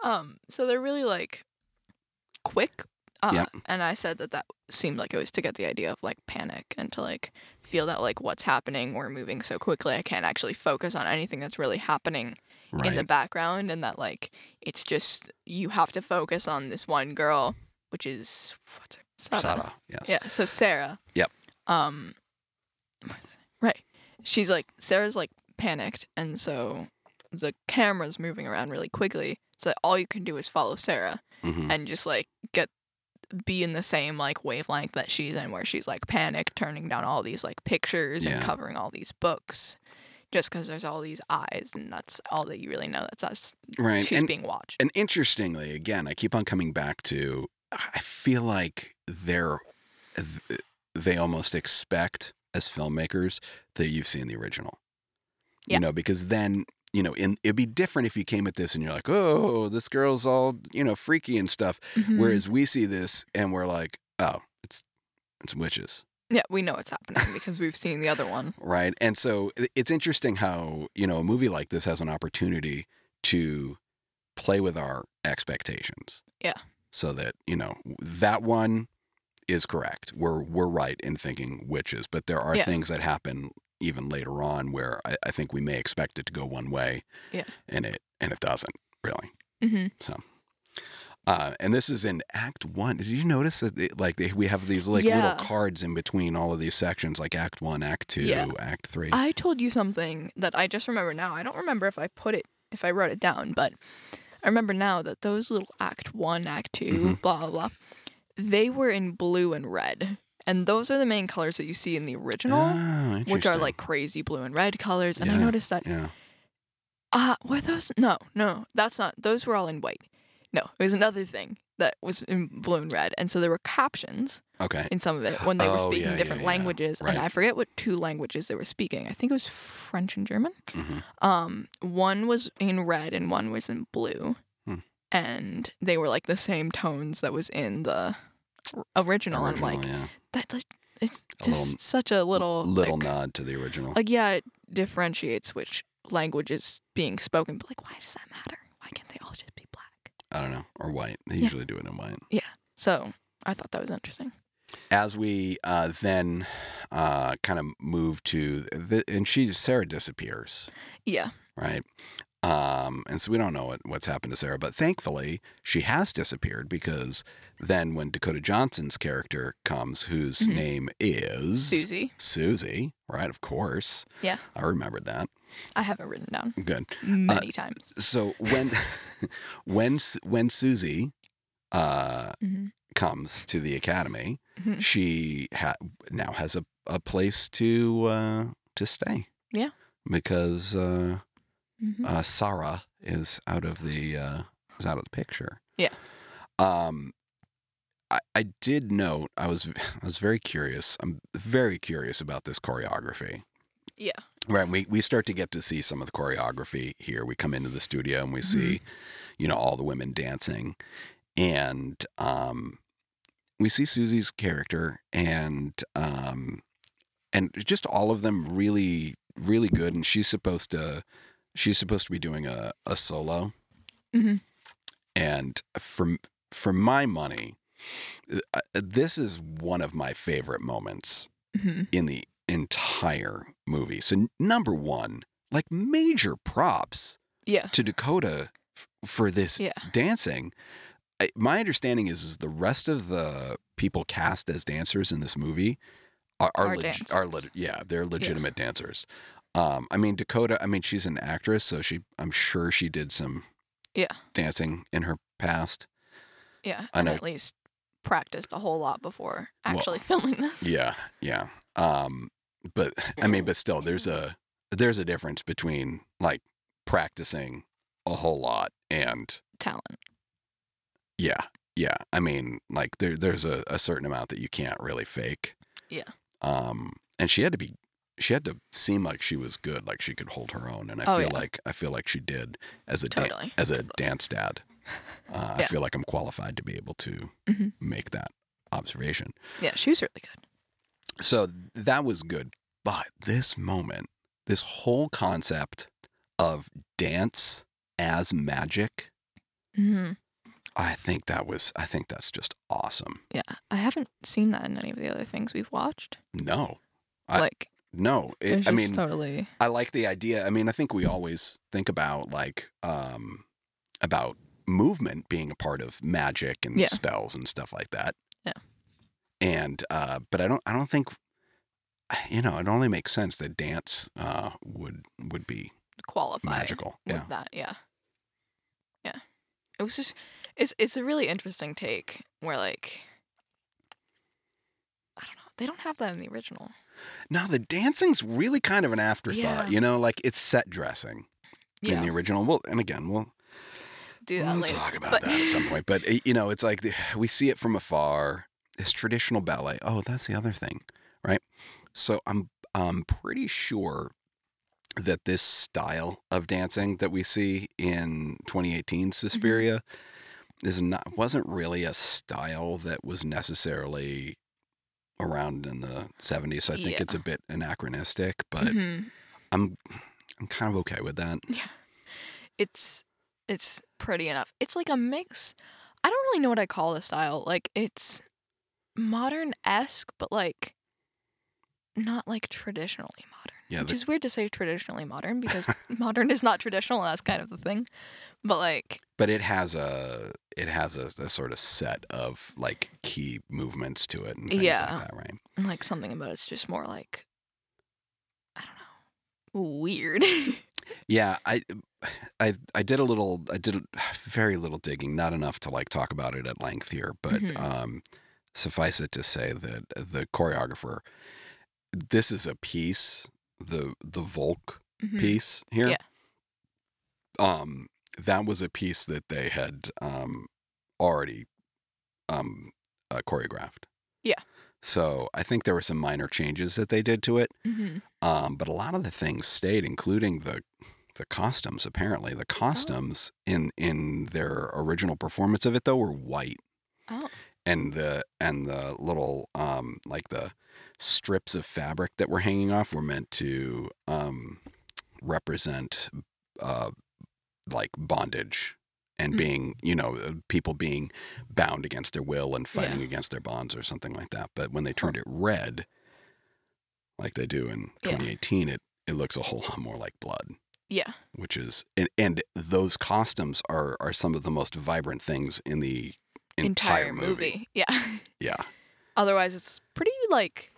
Speaker 2: um, so they're really like quick. Uh,
Speaker 3: Yep.
Speaker 2: And I said that that seemed like it was to get the idea of like panic and to like feel that like what's happening, we're moving so quickly, I can't actually focus on anything that's really happening
Speaker 3: right
Speaker 2: in the background and that like it's just you have to focus on this one girl which is what's her Sarah.
Speaker 3: Sada, yes
Speaker 2: yeah so sarah
Speaker 3: Yep.
Speaker 2: um right she's like sarah's like panicked and so the camera's moving around really quickly so that all you can do is follow sarah
Speaker 3: Mhm.
Speaker 2: and just like get be in the same like wavelength that she's in where she's like panicked turning down all these like pictures
Speaker 3: Yeah.
Speaker 2: and covering all these books just because there's all these eyes and that's all that you really know. That's us.
Speaker 3: Right.
Speaker 2: She's
Speaker 3: and,
Speaker 2: being watched.
Speaker 3: and interestingly, again, I keep on coming back to I feel like they're th- they almost expect as filmmakers that you've seen the original.
Speaker 2: Yeah.
Speaker 3: You know, because then, you know, in it'd be different if you came at this and you're like, "Oh, this girl's all, you know, freaky and stuff."
Speaker 2: Mhm.
Speaker 3: Whereas we see this and we're like, "Oh, it's it's witches."
Speaker 2: yeah, we know it's happening because we've seen the other one.
Speaker 3: right? And so i- it's interesting how you know a movie like this has an opportunity to play with our expectations.
Speaker 2: Yeah.
Speaker 3: So that you know that one is correct. We're we're right in thinking witches, but there are
Speaker 2: Yeah.
Speaker 3: things that happen even later on where I, I think we may expect it to go one way.
Speaker 2: Yeah.
Speaker 3: And it and it doesn't really.
Speaker 2: hmm
Speaker 3: Uh, and this is in Act One. Did you notice that it, like they, we have these like
Speaker 2: Yeah.
Speaker 3: little cards in between all of these sections, like Act One, Act Two,
Speaker 2: Yeah.
Speaker 3: Act Three?
Speaker 2: I told you something that I just remember now. I don't remember if I put it, if I wrote it down, but I remember now that those little Act 1, Act 2,
Speaker 3: Mhm.
Speaker 2: blah, blah, blah, they were in blue and red. And those are the main colors that you see in the original,
Speaker 3: Oh,
Speaker 2: which are
Speaker 3: interesting.
Speaker 2: like crazy blue and red colors. And I
Speaker 3: Yeah,
Speaker 2: noticed that,
Speaker 3: yeah
Speaker 2: uh, were those? No, no, that's not. Those were all in white. No, it was another thing that was in blue and red. And so there were captions
Speaker 3: okay
Speaker 2: in some of it when they were
Speaker 3: Oh,
Speaker 2: speaking
Speaker 3: yeah,
Speaker 2: different
Speaker 3: yeah, yeah.
Speaker 2: languages
Speaker 3: Right.
Speaker 2: and i forget what two languages they were speaking i think it was french and german
Speaker 3: Mhm.
Speaker 2: um, one was in red and one was in blue
Speaker 3: Hmm.
Speaker 2: and they were like the same tones that was in the r- original, and
Speaker 3: original
Speaker 2: like
Speaker 3: yeah.
Speaker 2: that like it's
Speaker 3: A
Speaker 2: just
Speaker 3: little-
Speaker 2: such a little
Speaker 3: little
Speaker 2: like,
Speaker 3: nod to the original
Speaker 2: like yeah it differentiates which language is being spoken but like why does that matter why can't they all just be black
Speaker 3: i don't know or white they
Speaker 2: Yeah.
Speaker 3: usually do it in white
Speaker 2: so i thought that was interesting
Speaker 3: as we uh, then uh, kind of move to the, and she sarah disappears
Speaker 2: yeah
Speaker 3: right um, and so we don't know what, what's happened to sarah but thankfully she has disappeared because then when dakota johnson's character comes whose
Speaker 2: Mhm.
Speaker 3: name is
Speaker 2: susie
Speaker 3: susie right of course
Speaker 2: Yeah.
Speaker 3: i remembered that
Speaker 2: i have it written down
Speaker 3: good
Speaker 2: many times
Speaker 3: so when when Su- when Susie uh,
Speaker 2: Mhm.
Speaker 3: comes to the academy,
Speaker 2: Mhm.
Speaker 3: she ha- now has a, a place to uh, to stay.
Speaker 2: Yeah.
Speaker 3: because uh,
Speaker 2: Mhm.
Speaker 3: uh, Sarah is out of the uh, is out of the picture.
Speaker 2: Yeah.
Speaker 3: Um, I, I did note I was I was very curious. I'm very curious about this choreography.
Speaker 2: Yeah.
Speaker 3: Right. and We we start to get to see some of the choreography here. We come into the studio and we
Speaker 2: Mhm.
Speaker 3: see, you know, all the women dancing, and um, we see Susie's character and um, and just all of them really really good. And she's supposed to she's supposed to be doing a a solo,
Speaker 2: Mhm.
Speaker 3: and for for my money, uh, this is one of my favorite moments
Speaker 2: hmm
Speaker 3: in the entire movie. So n- number one, like major props
Speaker 2: Yeah.
Speaker 3: to Dakota f- for this
Speaker 2: Yeah.
Speaker 3: dancing. I, my understanding is, is the rest of the people cast as dancers in this movie are are,
Speaker 2: Are
Speaker 3: leg- are
Speaker 2: dancers.
Speaker 3: leg- yeah, they're legitimate dancers. Um, I mean Dakota. I mean she's an actress, so she I'm sure she did some
Speaker 2: Yeah.
Speaker 3: dancing in her past.
Speaker 2: Yeah.
Speaker 3: I
Speaker 2: and
Speaker 3: know.
Speaker 2: at least practiced a whole lot before
Speaker 3: Well,
Speaker 2: actually filming this.
Speaker 3: Yeah, yeah. Um, but I mean, but still, there's a there's a difference between like practicing a whole lot and
Speaker 2: Talent.
Speaker 3: yeah, yeah. I mean, like there there's a, a certain amount that you can't really fake.
Speaker 2: Yeah.
Speaker 3: Um, and she had to be she had to seem like she was good, like she could hold her own, and I
Speaker 2: Oh,
Speaker 3: feel
Speaker 2: yeah.
Speaker 3: like I feel like she did as a dan-
Speaker 2: Totally.
Speaker 3: as a dance dad. Uh, I
Speaker 2: Yeah.
Speaker 3: feel like I'm qualified to be able to
Speaker 2: Mhm.
Speaker 3: make that observation.
Speaker 2: Yeah, she was really good.
Speaker 3: So that was good. But this moment, this whole concept of dance as magic,
Speaker 2: hmm
Speaker 3: I think that was, I think that's just awesome.
Speaker 2: Yeah. I haven't seen that in any of the other things we've watched.
Speaker 3: No, I-
Speaker 2: like,
Speaker 3: no.
Speaker 2: it's
Speaker 3: It,
Speaker 2: just
Speaker 3: I mean,
Speaker 2: totally.
Speaker 3: I like the idea. I mean, I think we always think about like, um, about movement being a part of magic and
Speaker 2: Yeah.
Speaker 3: spells and stuff like that.
Speaker 2: Yeah.
Speaker 3: And, uh, but I don't, I don't think, you know, it only makes sense that dance, uh, would, would be
Speaker 2: qualify
Speaker 3: magical.
Speaker 2: with
Speaker 3: Yeah.
Speaker 2: that. Yeah. Yeah. It was just it's it's a really interesting take where like I don't know. They don't have that in the original.
Speaker 3: Now the dancing's really kind of an afterthought,
Speaker 2: Yeah.
Speaker 3: you know, like it's set dressing in the
Speaker 2: Yeah,
Speaker 3: original. Well, and again, we'll
Speaker 2: do that
Speaker 3: we'll
Speaker 2: uh, later.
Speaker 3: talk about
Speaker 2: But-
Speaker 3: that at some point. But uh, you know, it's like the, we see it from afar. It's traditional ballet. Oh, that's the other thing, right? So I'm I'm pretty sure that this style of dancing that we see in 2018
Speaker 2: Mm-hmm.
Speaker 3: Suspiria is not wasn't really a style that was necessarily around in the 70s. I think
Speaker 2: Yeah.
Speaker 3: it's a bit anachronistic, but
Speaker 2: Mhm.
Speaker 3: I'm I'm kind of okay with that.
Speaker 2: It's it's pretty enough. It's like a mix. I don't really know what I call the style. Like it's modern esque, but like not like traditionally modern.
Speaker 3: Yeah,
Speaker 2: which
Speaker 3: the-
Speaker 2: is weird to say traditionally modern because modern is not traditional. and That's kind of the thing. But like
Speaker 3: but it has a it has a, a sort of set of like key movements to it and things
Speaker 2: Yeah.
Speaker 3: like that, right?
Speaker 2: like something about it's just more like I don't know, weird.
Speaker 3: Yeah, I I I did a little I did very little digging, not enough to like talk about it at length here, but
Speaker 2: Mhm.
Speaker 3: um suffice it to say that the choreographer this is a piece, the the Volk
Speaker 2: Mhm.
Speaker 3: piece here.
Speaker 2: Yeah.
Speaker 3: Um, that was a piece that they had um, already um, uh, choreographed.
Speaker 2: Yeah.
Speaker 3: So I think there were some minor changes that they did to it,
Speaker 2: Mhm.
Speaker 3: um, but a lot of the things stayed, including the the costumes. Apparently,
Speaker 2: Oh.
Speaker 3: the costumes in in their original performance of it though were white
Speaker 2: Oh,
Speaker 3: and the and the little um like the strips of fabric that were hanging off were meant to um represent uh like bondage and
Speaker 2: Mm.
Speaker 3: being you know uh, people being bound against their will and fighting
Speaker 2: Yeah. Uh-huh.
Speaker 3: against their bonds or something like that but when they turned it red like they do in
Speaker 2: Yeah.
Speaker 3: 2018 it it looks a whole lot more like blood
Speaker 2: yeah.
Speaker 3: which is and, and those costumes are are some of the most vibrant things in the entire,
Speaker 2: Yeah.
Speaker 3: yeah
Speaker 2: Otherwise, it's pretty like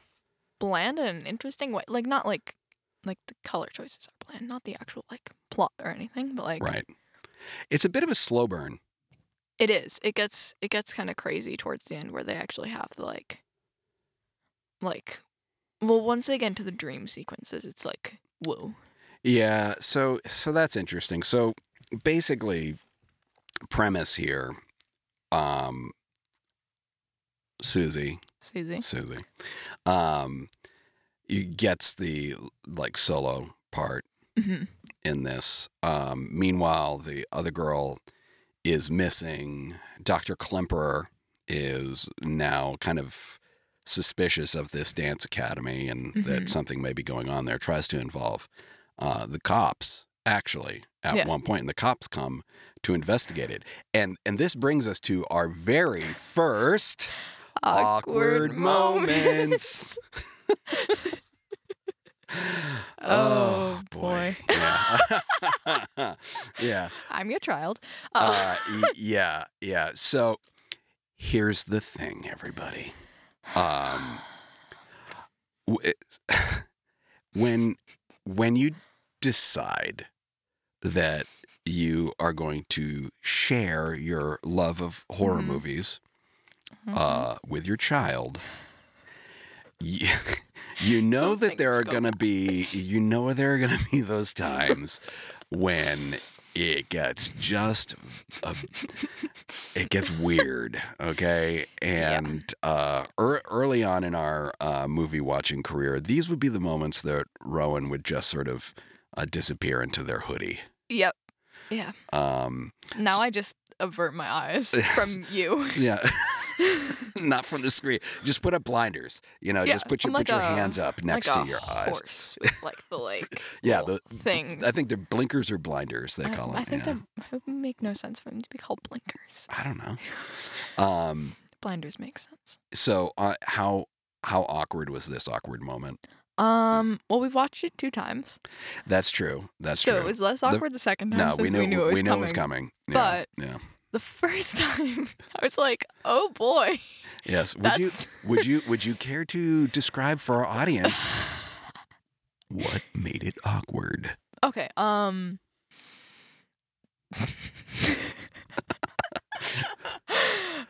Speaker 2: bland in an interesting way. Like not like like the color choices are bland, not the actual like plot or anything, but like
Speaker 3: Right. It's a bit of a slow burn.
Speaker 2: it is. It gets it gets kind of crazy towards the end where they actually have the like like well once they get into the dream sequences, it's like whoa.
Speaker 3: Yeah. So so that's interesting. So basically, premise here, um, Susie,
Speaker 2: Susie.
Speaker 3: Susie, um, you gets the like solo part
Speaker 2: hmm
Speaker 3: in this. Um, meanwhile, the other girl is missing. Dr. Klemperer is now kind of suspicious of this dance academy and that
Speaker 2: Mhm.
Speaker 3: something may be going on there, tries to involve uh, the cops, actually, at
Speaker 2: Yeah.
Speaker 3: one point, and the cops come to investigate it. And, and this brings us to our very first awkward, moments.
Speaker 2: Oh, boy.
Speaker 3: Yeah. yeah.
Speaker 2: I'm your child.
Speaker 3: Uh,
Speaker 2: Uh,
Speaker 3: y- yeah. Yeah. So here's the thing, everybody. Um, w- it- when when you decide that you are going to share your love of horror
Speaker 2: Mhm.
Speaker 3: movies
Speaker 2: mhm.
Speaker 3: uh, with your child, you, you know that there are
Speaker 2: Something's
Speaker 3: going
Speaker 2: going
Speaker 3: to be you know there are going to be those times when it gets just uh, it gets weird, okay?
Speaker 2: Yeah.
Speaker 3: And uh, ear early on in our uh, movie watching career, these would be the moments that Rowan would just sort of uh, disappear into their hoodie.
Speaker 2: yep. Yeah.
Speaker 3: Um,
Speaker 2: Now I just avert my eyes from you.
Speaker 3: yeah. Not from the screen. Just put up blinders. You know,
Speaker 2: Yeah,
Speaker 3: just put your
Speaker 2: I'm like
Speaker 3: put your
Speaker 2: a-
Speaker 3: hands up next
Speaker 2: like
Speaker 3: to
Speaker 2: a
Speaker 3: your eyes.
Speaker 2: horse with like the like
Speaker 3: Yeah,
Speaker 2: little
Speaker 3: the-
Speaker 2: things.
Speaker 3: I think they're blinkers or blinders. They
Speaker 2: I-
Speaker 3: call them.
Speaker 2: I think
Speaker 3: yeah.
Speaker 2: they're it would make no sense for them to be called blinkers.
Speaker 3: I don't know. Um,
Speaker 2: Blinders make sense.
Speaker 3: so uh, how how awkward was this awkward moment?
Speaker 2: Um. Well, we've watched it two times,
Speaker 3: That's true. That's
Speaker 2: so
Speaker 3: true.
Speaker 2: it was less
Speaker 3: The-
Speaker 2: awkward the, second time
Speaker 3: no,
Speaker 2: since
Speaker 3: we knew
Speaker 2: it was
Speaker 3: we knew
Speaker 2: coming.
Speaker 3: it was coming. Yeah, yeah.
Speaker 2: The first time, I was like, "Oh boy!"
Speaker 3: Yes. Would you
Speaker 2: That's-
Speaker 3: would you would you care to describe for our audience what made it awkward?
Speaker 2: Okay. Um.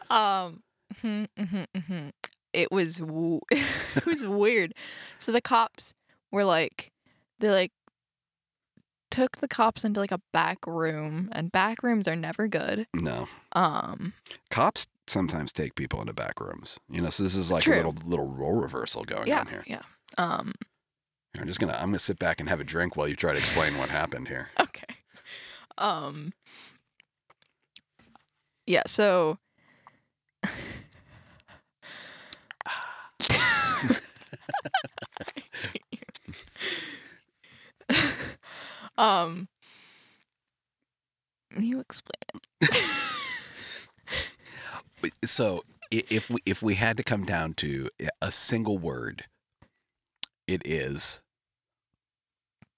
Speaker 2: um. mhm, mhm, mhm. hmm, it was w- it was weird. So the cops were like they like took the cops into like a back room and back rooms are never good.
Speaker 3: No,
Speaker 2: Um
Speaker 3: cops sometimes take people into back rooms. You know, so this is like
Speaker 2: True.
Speaker 3: a little little role reversal going
Speaker 2: yeah,
Speaker 3: on here.
Speaker 2: yeah. Um
Speaker 3: I'm just gonna I'm gonna sit back and have a drink while you try to explain what happened here.
Speaker 2: okay. Um Yeah, so um you explain
Speaker 3: So i- if we if we had to come down to a single word, it is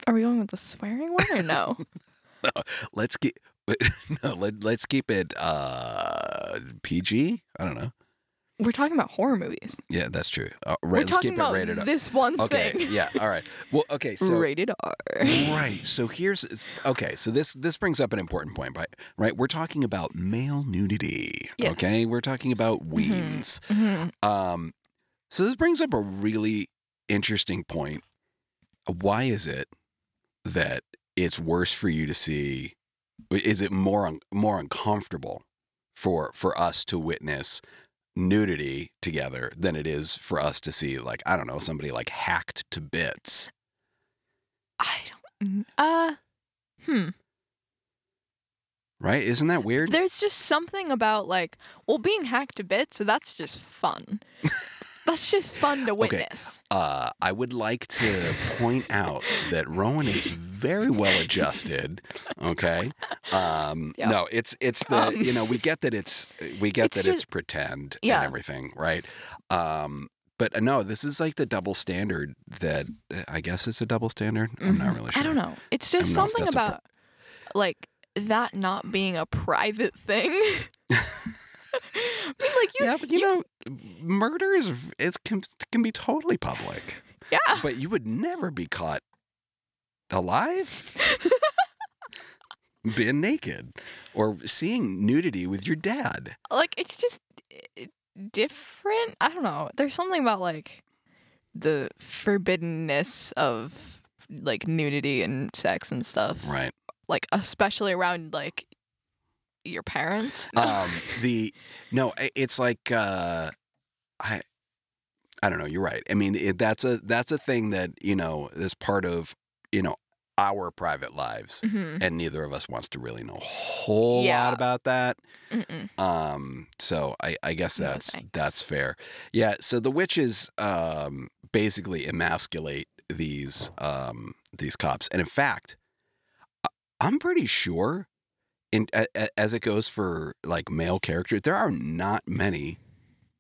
Speaker 2: are we going with the swearing one or no
Speaker 3: let's get no let let's keep it uh PG. I don't know.
Speaker 2: we're talking about horror movies
Speaker 3: Yeah, that's true. Uh,
Speaker 2: we're
Speaker 3: right, let's
Speaker 2: talking
Speaker 3: keep it
Speaker 2: about
Speaker 3: rated. R.
Speaker 2: this one
Speaker 3: Okay.
Speaker 2: thing
Speaker 3: Yeah. All right. Well. Okay. So.
Speaker 2: rated r
Speaker 3: right so here's it's- okay so this this brings up an important point right right we're talking about male nudity
Speaker 2: Yes.
Speaker 3: okay we're talking about weens
Speaker 2: Mhm.
Speaker 3: um so this brings up a really interesting point why is it that it's worse for you to see is it more un, more uncomfortable for for us to witness nudity together than it is for us to see like i don't know somebody like hacked to bits
Speaker 2: i don't
Speaker 3: mm,
Speaker 2: uh hmm
Speaker 3: right isn't that weird
Speaker 2: There's just something about like, well, being hacked to bits, so that's just fun. that's just fun to witness.
Speaker 3: Uh, I would like to point out that Rowan is very well adjusted. Okay. Um,
Speaker 2: Yeah.
Speaker 3: No, it's it's the
Speaker 2: Um,
Speaker 3: you know we get that it's we get
Speaker 2: it's
Speaker 3: that it's
Speaker 2: just-
Speaker 3: pretend
Speaker 2: Yeah.
Speaker 3: and everything, right? Um, but uh, no, this is like the double standard that uh, I guess it's a double standard. I'm not
Speaker 2: Mhm.
Speaker 3: really sure.
Speaker 2: I don't know. It's just
Speaker 3: I don't know if
Speaker 2: something
Speaker 3: that's a pro-
Speaker 2: about like that not being a private thing. I mean, like you,
Speaker 3: yeah, but you, know, murder is it can can be totally public,
Speaker 2: yeah.
Speaker 3: but you would never be caught alive. being naked or seeing nudity with your dad.
Speaker 2: like it's just uh, different. I don't know. There's something about like the forbiddenness of like nudity and sex and stuff.
Speaker 3: Right.
Speaker 2: like especially around like your parents. No.
Speaker 3: Um the no, i- it's like uh I I don't know, you're right. I mean, it, that's a that's a thing that, you know, is part of, you know, our private lives.
Speaker 2: Mhm.
Speaker 3: And neither of us wants to really know a whole
Speaker 2: Yeah.
Speaker 3: lot about that.
Speaker 2: Mm-mm.
Speaker 3: Um, so I, I guess
Speaker 2: No,
Speaker 3: that's
Speaker 2: thanks.
Speaker 3: that's fair. Yeah. So the witches um, basically emasculate these um, these cops, and in fact, I- I'm pretty sure, in a, a- as it goes for like male characters, there are not many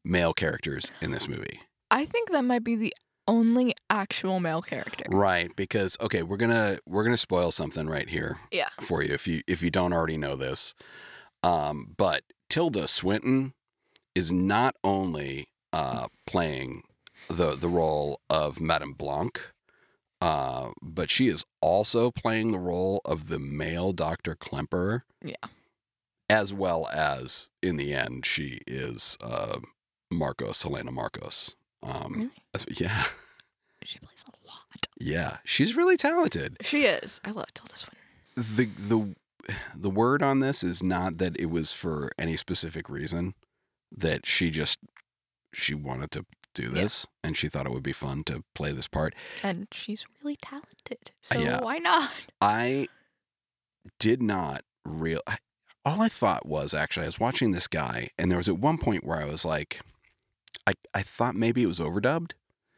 Speaker 3: male characters in this movie,
Speaker 2: I think that might be the only actual male character.
Speaker 3: right? Because okay, we're gonna we're gonna spoil something right here,
Speaker 2: Yeah.
Speaker 3: for you if you if you don't already know this. Um, but Tilda Swinton is not only uh, playing the the role of Madame Blanc, uh, but she is also playing the role of the male Doctor Klemperer.
Speaker 2: Yeah.
Speaker 3: As well as in the end, she is uh, Marcos Helena Marcos. Um,
Speaker 2: Really?
Speaker 3: that's- Yeah,
Speaker 2: She plays a lot.
Speaker 3: yeah, she's really talented.
Speaker 2: She is. I love Tilda Swinton.
Speaker 3: the the the word on this is not that it was for any specific reason that she just she wanted to do
Speaker 2: Yeah.
Speaker 3: this and she thought it would be fun to play this part
Speaker 2: And she's really talented. So
Speaker 3: yeah.
Speaker 2: why not?
Speaker 3: i did not real I, all i thought was actually i was watching this guy and there was at one point where i was like i i thought maybe it was overdubbed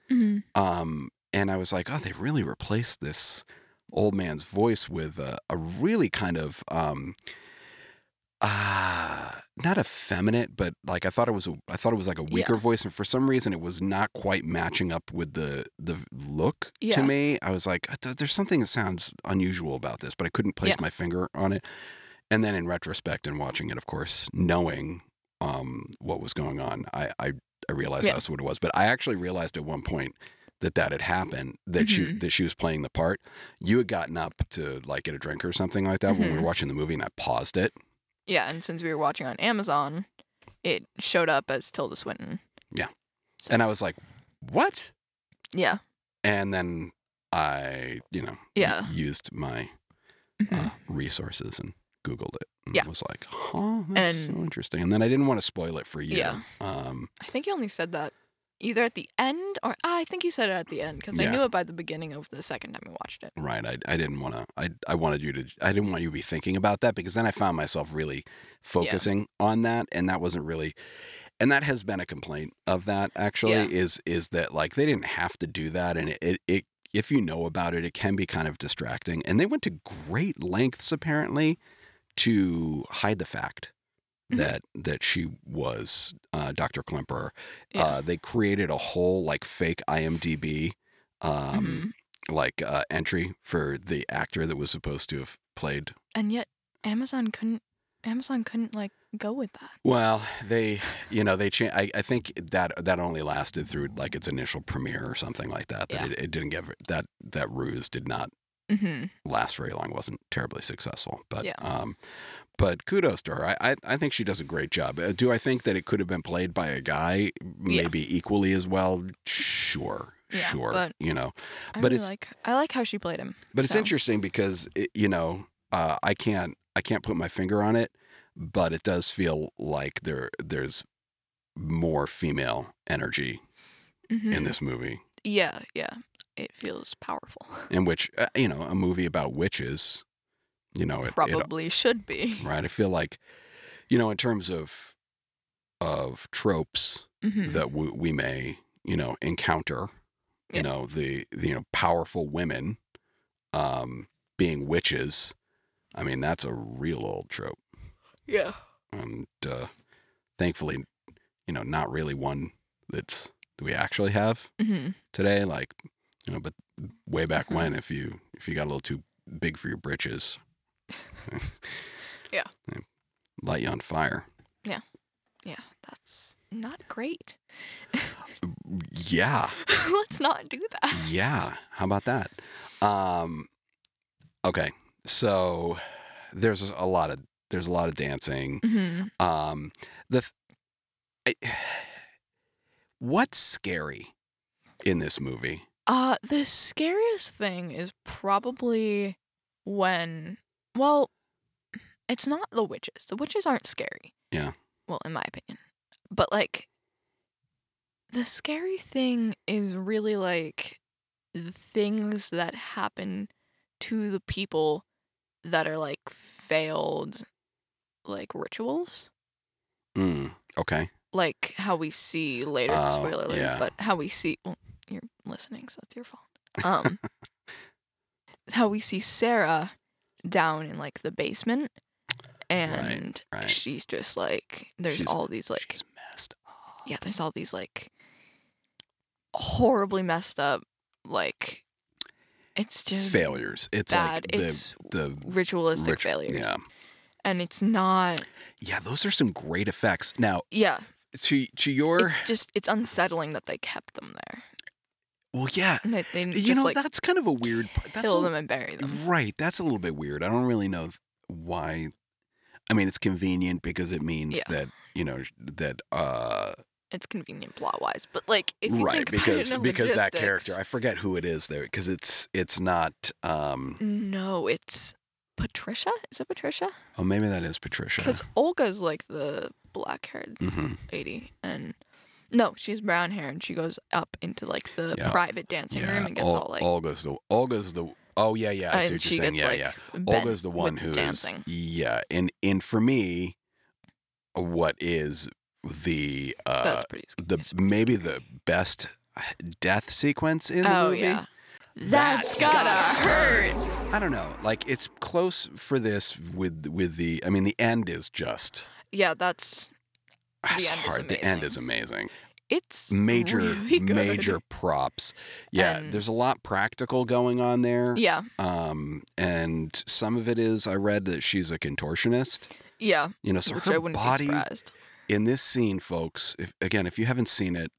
Speaker 2: Mhm.
Speaker 3: Um, and I was like, oh, they really replaced this old man's voice with a, a really kind of um, uh, not effeminate, but like I thought it was a, I thought it was like a weaker voice, and for some reason it was not quite matching up with the the look
Speaker 2: Yeah.
Speaker 3: to me. I was like, "Th- there's something that sounds unusual about this, but I couldn't place
Speaker 2: Yeah.
Speaker 3: my finger on it. And then in retrospect and watching it, of course, knowing um, what was going on, I I, I realized
Speaker 2: Yeah.
Speaker 3: that's what it was. But I actually realized at one point that that had happened that she
Speaker 2: Mhm.
Speaker 3: that she was playing the part you had gotten up to like get a drink or something like that when we were
Speaker 2: Mhm.
Speaker 3: watching the movie and i paused it
Speaker 2: Yeah, and since we were watching on Amazon, it showed up as Tilda Swinton.
Speaker 3: Yeah.
Speaker 2: So-
Speaker 3: And I was like, what?
Speaker 2: Yeah.
Speaker 3: And then I, you know,
Speaker 2: Yeah.
Speaker 3: used my
Speaker 2: Mhm.
Speaker 3: uh, resources and Googled it. And
Speaker 2: Yeah.
Speaker 3: was like, huh, that's
Speaker 2: And-
Speaker 3: so interesting. And then I didn't want to spoil it for you.
Speaker 2: Yeah.
Speaker 3: Um,
Speaker 2: I think you only said that either at the end or ah, I think you said it at the end because
Speaker 3: Yeah.
Speaker 2: I knew it by the beginning of the second time I watched it.
Speaker 3: right. I, I didn't want to, I, I wanted you to, I didn't want you to be thinking about that because then I found myself really focusing on that. And that wasn't really, and that has been a complaint of that actually
Speaker 2: Yeah.
Speaker 3: is, is that like they didn't have to do that. And it, it, it if you know about it, it can be kind of distracting. And they went to great lengths apparently to hide the fact
Speaker 2: Mhm.
Speaker 3: that that she was uh, Dr. Klemper.
Speaker 2: Yeah.
Speaker 3: Uh, they created a whole like fake IMDb um,
Speaker 2: Mhm.
Speaker 3: like uh, entry for the actor that was supposed to have played.
Speaker 2: And yet Amazon couldn't Amazon couldn't like go with that.
Speaker 3: Well, they you know they changed. I, I think that that only lasted through like its initial premiere or something like that. That
Speaker 2: Yeah.
Speaker 3: it, it didn't get that that ruse did not
Speaker 2: Mm-hmm.
Speaker 3: last very long. wasn't terribly successful, but
Speaker 2: Yeah.
Speaker 3: um, but kudos to her. I, I I think she does a great job. Uh, Do I think that it could have been played by a guy maybe equally as well? Sure,
Speaker 2: Yeah,
Speaker 3: sure.
Speaker 2: but-
Speaker 3: you know,
Speaker 2: I
Speaker 3: But
Speaker 2: really
Speaker 3: it's-
Speaker 2: like I like how she played him.
Speaker 3: but it's
Speaker 2: so-
Speaker 3: interesting because it, you know uh, I can't I can't put my finger on it, but it does feel like there there's more female energy
Speaker 2: Mhm.
Speaker 3: in this movie.
Speaker 2: Yeah, yeah. It feels powerful.
Speaker 3: In which uh, you know a movie about witches, you know, it, it
Speaker 2: Probably should be.
Speaker 3: right? I feel like, you know, in terms of of tropes
Speaker 2: Mhm.
Speaker 3: that we, we may, you know, encounter,
Speaker 2: Yeah.
Speaker 3: you know, the, the you know powerful women um, being witches. I mean, that's a real old trope,
Speaker 2: Yeah.
Speaker 3: and uh, thankfully, you know, not really one that's that we actually have
Speaker 2: hmm
Speaker 3: today. Like, you know, but way back
Speaker 2: Mhm.
Speaker 3: when, if you if you got a little too big for your britches,
Speaker 2: Yeah.
Speaker 3: they light you on fire.
Speaker 2: Yeah, that's not great.
Speaker 3: Yeah,
Speaker 2: Let's not do that.
Speaker 3: yeah. How about that? Um, okay, so there's a lot of there's a lot of dancing.
Speaker 2: hmm
Speaker 3: Um, the th- I, what's scary in this movie?
Speaker 2: Uh, the scariest thing is probably when, well, it's not the witches. The witches aren't scary.
Speaker 3: Yeah.
Speaker 2: Well, in my opinion. But like, the scary thing is really like the things that happen to the people that are like failed, like rituals
Speaker 3: Mm, okay,
Speaker 2: like how we see later
Speaker 3: Oh,
Speaker 2: spoiler alert
Speaker 3: yeah.
Speaker 2: but how we see well you're listening so it's your fault um how we see sarah down in like the basement and
Speaker 3: right.
Speaker 2: she's just like there's
Speaker 3: She's-
Speaker 2: all these like
Speaker 3: she's messed up.
Speaker 2: yeah there's all these like horribly messed up like it's just
Speaker 3: failures. It's
Speaker 2: bad
Speaker 3: like the
Speaker 2: it's
Speaker 3: the
Speaker 2: ritualistic
Speaker 3: rich-
Speaker 2: failures
Speaker 3: Yeah,
Speaker 2: and it's not
Speaker 3: yeah. Those are some great effects. Now,
Speaker 2: yeah
Speaker 3: to to your
Speaker 2: it's just it's unsettling that they kept them there
Speaker 3: well, yeah.
Speaker 2: and that they
Speaker 3: You
Speaker 2: Mm, just
Speaker 3: know
Speaker 2: like
Speaker 3: that's kind of a weird. part. That's a,
Speaker 2: kill them and bury them.
Speaker 3: Right. That's a little bit weird. I don't really know th- why. I mean, it's convenient because it means
Speaker 2: Yeah.
Speaker 3: that you know sh- that uh
Speaker 2: It's convenient plot wise, but like if you
Speaker 3: right
Speaker 2: think
Speaker 3: because
Speaker 2: about it in
Speaker 3: because that character I
Speaker 2: logistics-
Speaker 3: forget who it is there because it's it's not um
Speaker 2: Mm. no, it's Patricia. Is it Patricia?
Speaker 3: oh maybe that is Patricia.
Speaker 2: Because Olga's like the black-haired
Speaker 3: hmm
Speaker 2: lady, and no, she's brown-haired, and she goes up into like the
Speaker 3: Yeah.
Speaker 2: private dancing
Speaker 3: Yeah.
Speaker 2: room and gets
Speaker 3: Ol-
Speaker 2: all like,
Speaker 3: Olga's the Olga's the oh yeah yeah I see
Speaker 2: and
Speaker 3: what
Speaker 2: she
Speaker 3: you're saying
Speaker 2: gets
Speaker 3: yeah
Speaker 2: like
Speaker 3: yeah
Speaker 2: bent
Speaker 3: Olga's the one
Speaker 2: with
Speaker 3: who is
Speaker 2: dancing.
Speaker 3: yeah and and for me what is the uh
Speaker 2: That's pretty. sc-
Speaker 3: the
Speaker 2: it's pretty
Speaker 3: maybe the best uh, death sequence in the
Speaker 2: scary. oh
Speaker 3: movie.
Speaker 2: yeah, that's
Speaker 3: That's gotta
Speaker 2: gotta hurt.
Speaker 3: I don't know. Like it's close for this with with the I mean the end is just
Speaker 2: Yeah, that's The
Speaker 3: it's
Speaker 2: end is
Speaker 3: hard. the end
Speaker 2: amazing.
Speaker 3: is amazing.
Speaker 2: it's
Speaker 3: Major
Speaker 2: really good.
Speaker 3: major props. Yeah,
Speaker 2: And-
Speaker 3: there's a lot practical going on there.
Speaker 2: Yeah,
Speaker 3: Um and some of it is I read that she's a contortionist.
Speaker 2: yeah,
Speaker 3: You know, so
Speaker 2: which
Speaker 3: her
Speaker 2: I wouldn't
Speaker 3: body
Speaker 2: be surprised.
Speaker 3: in this scene folks, if again if you haven't seen it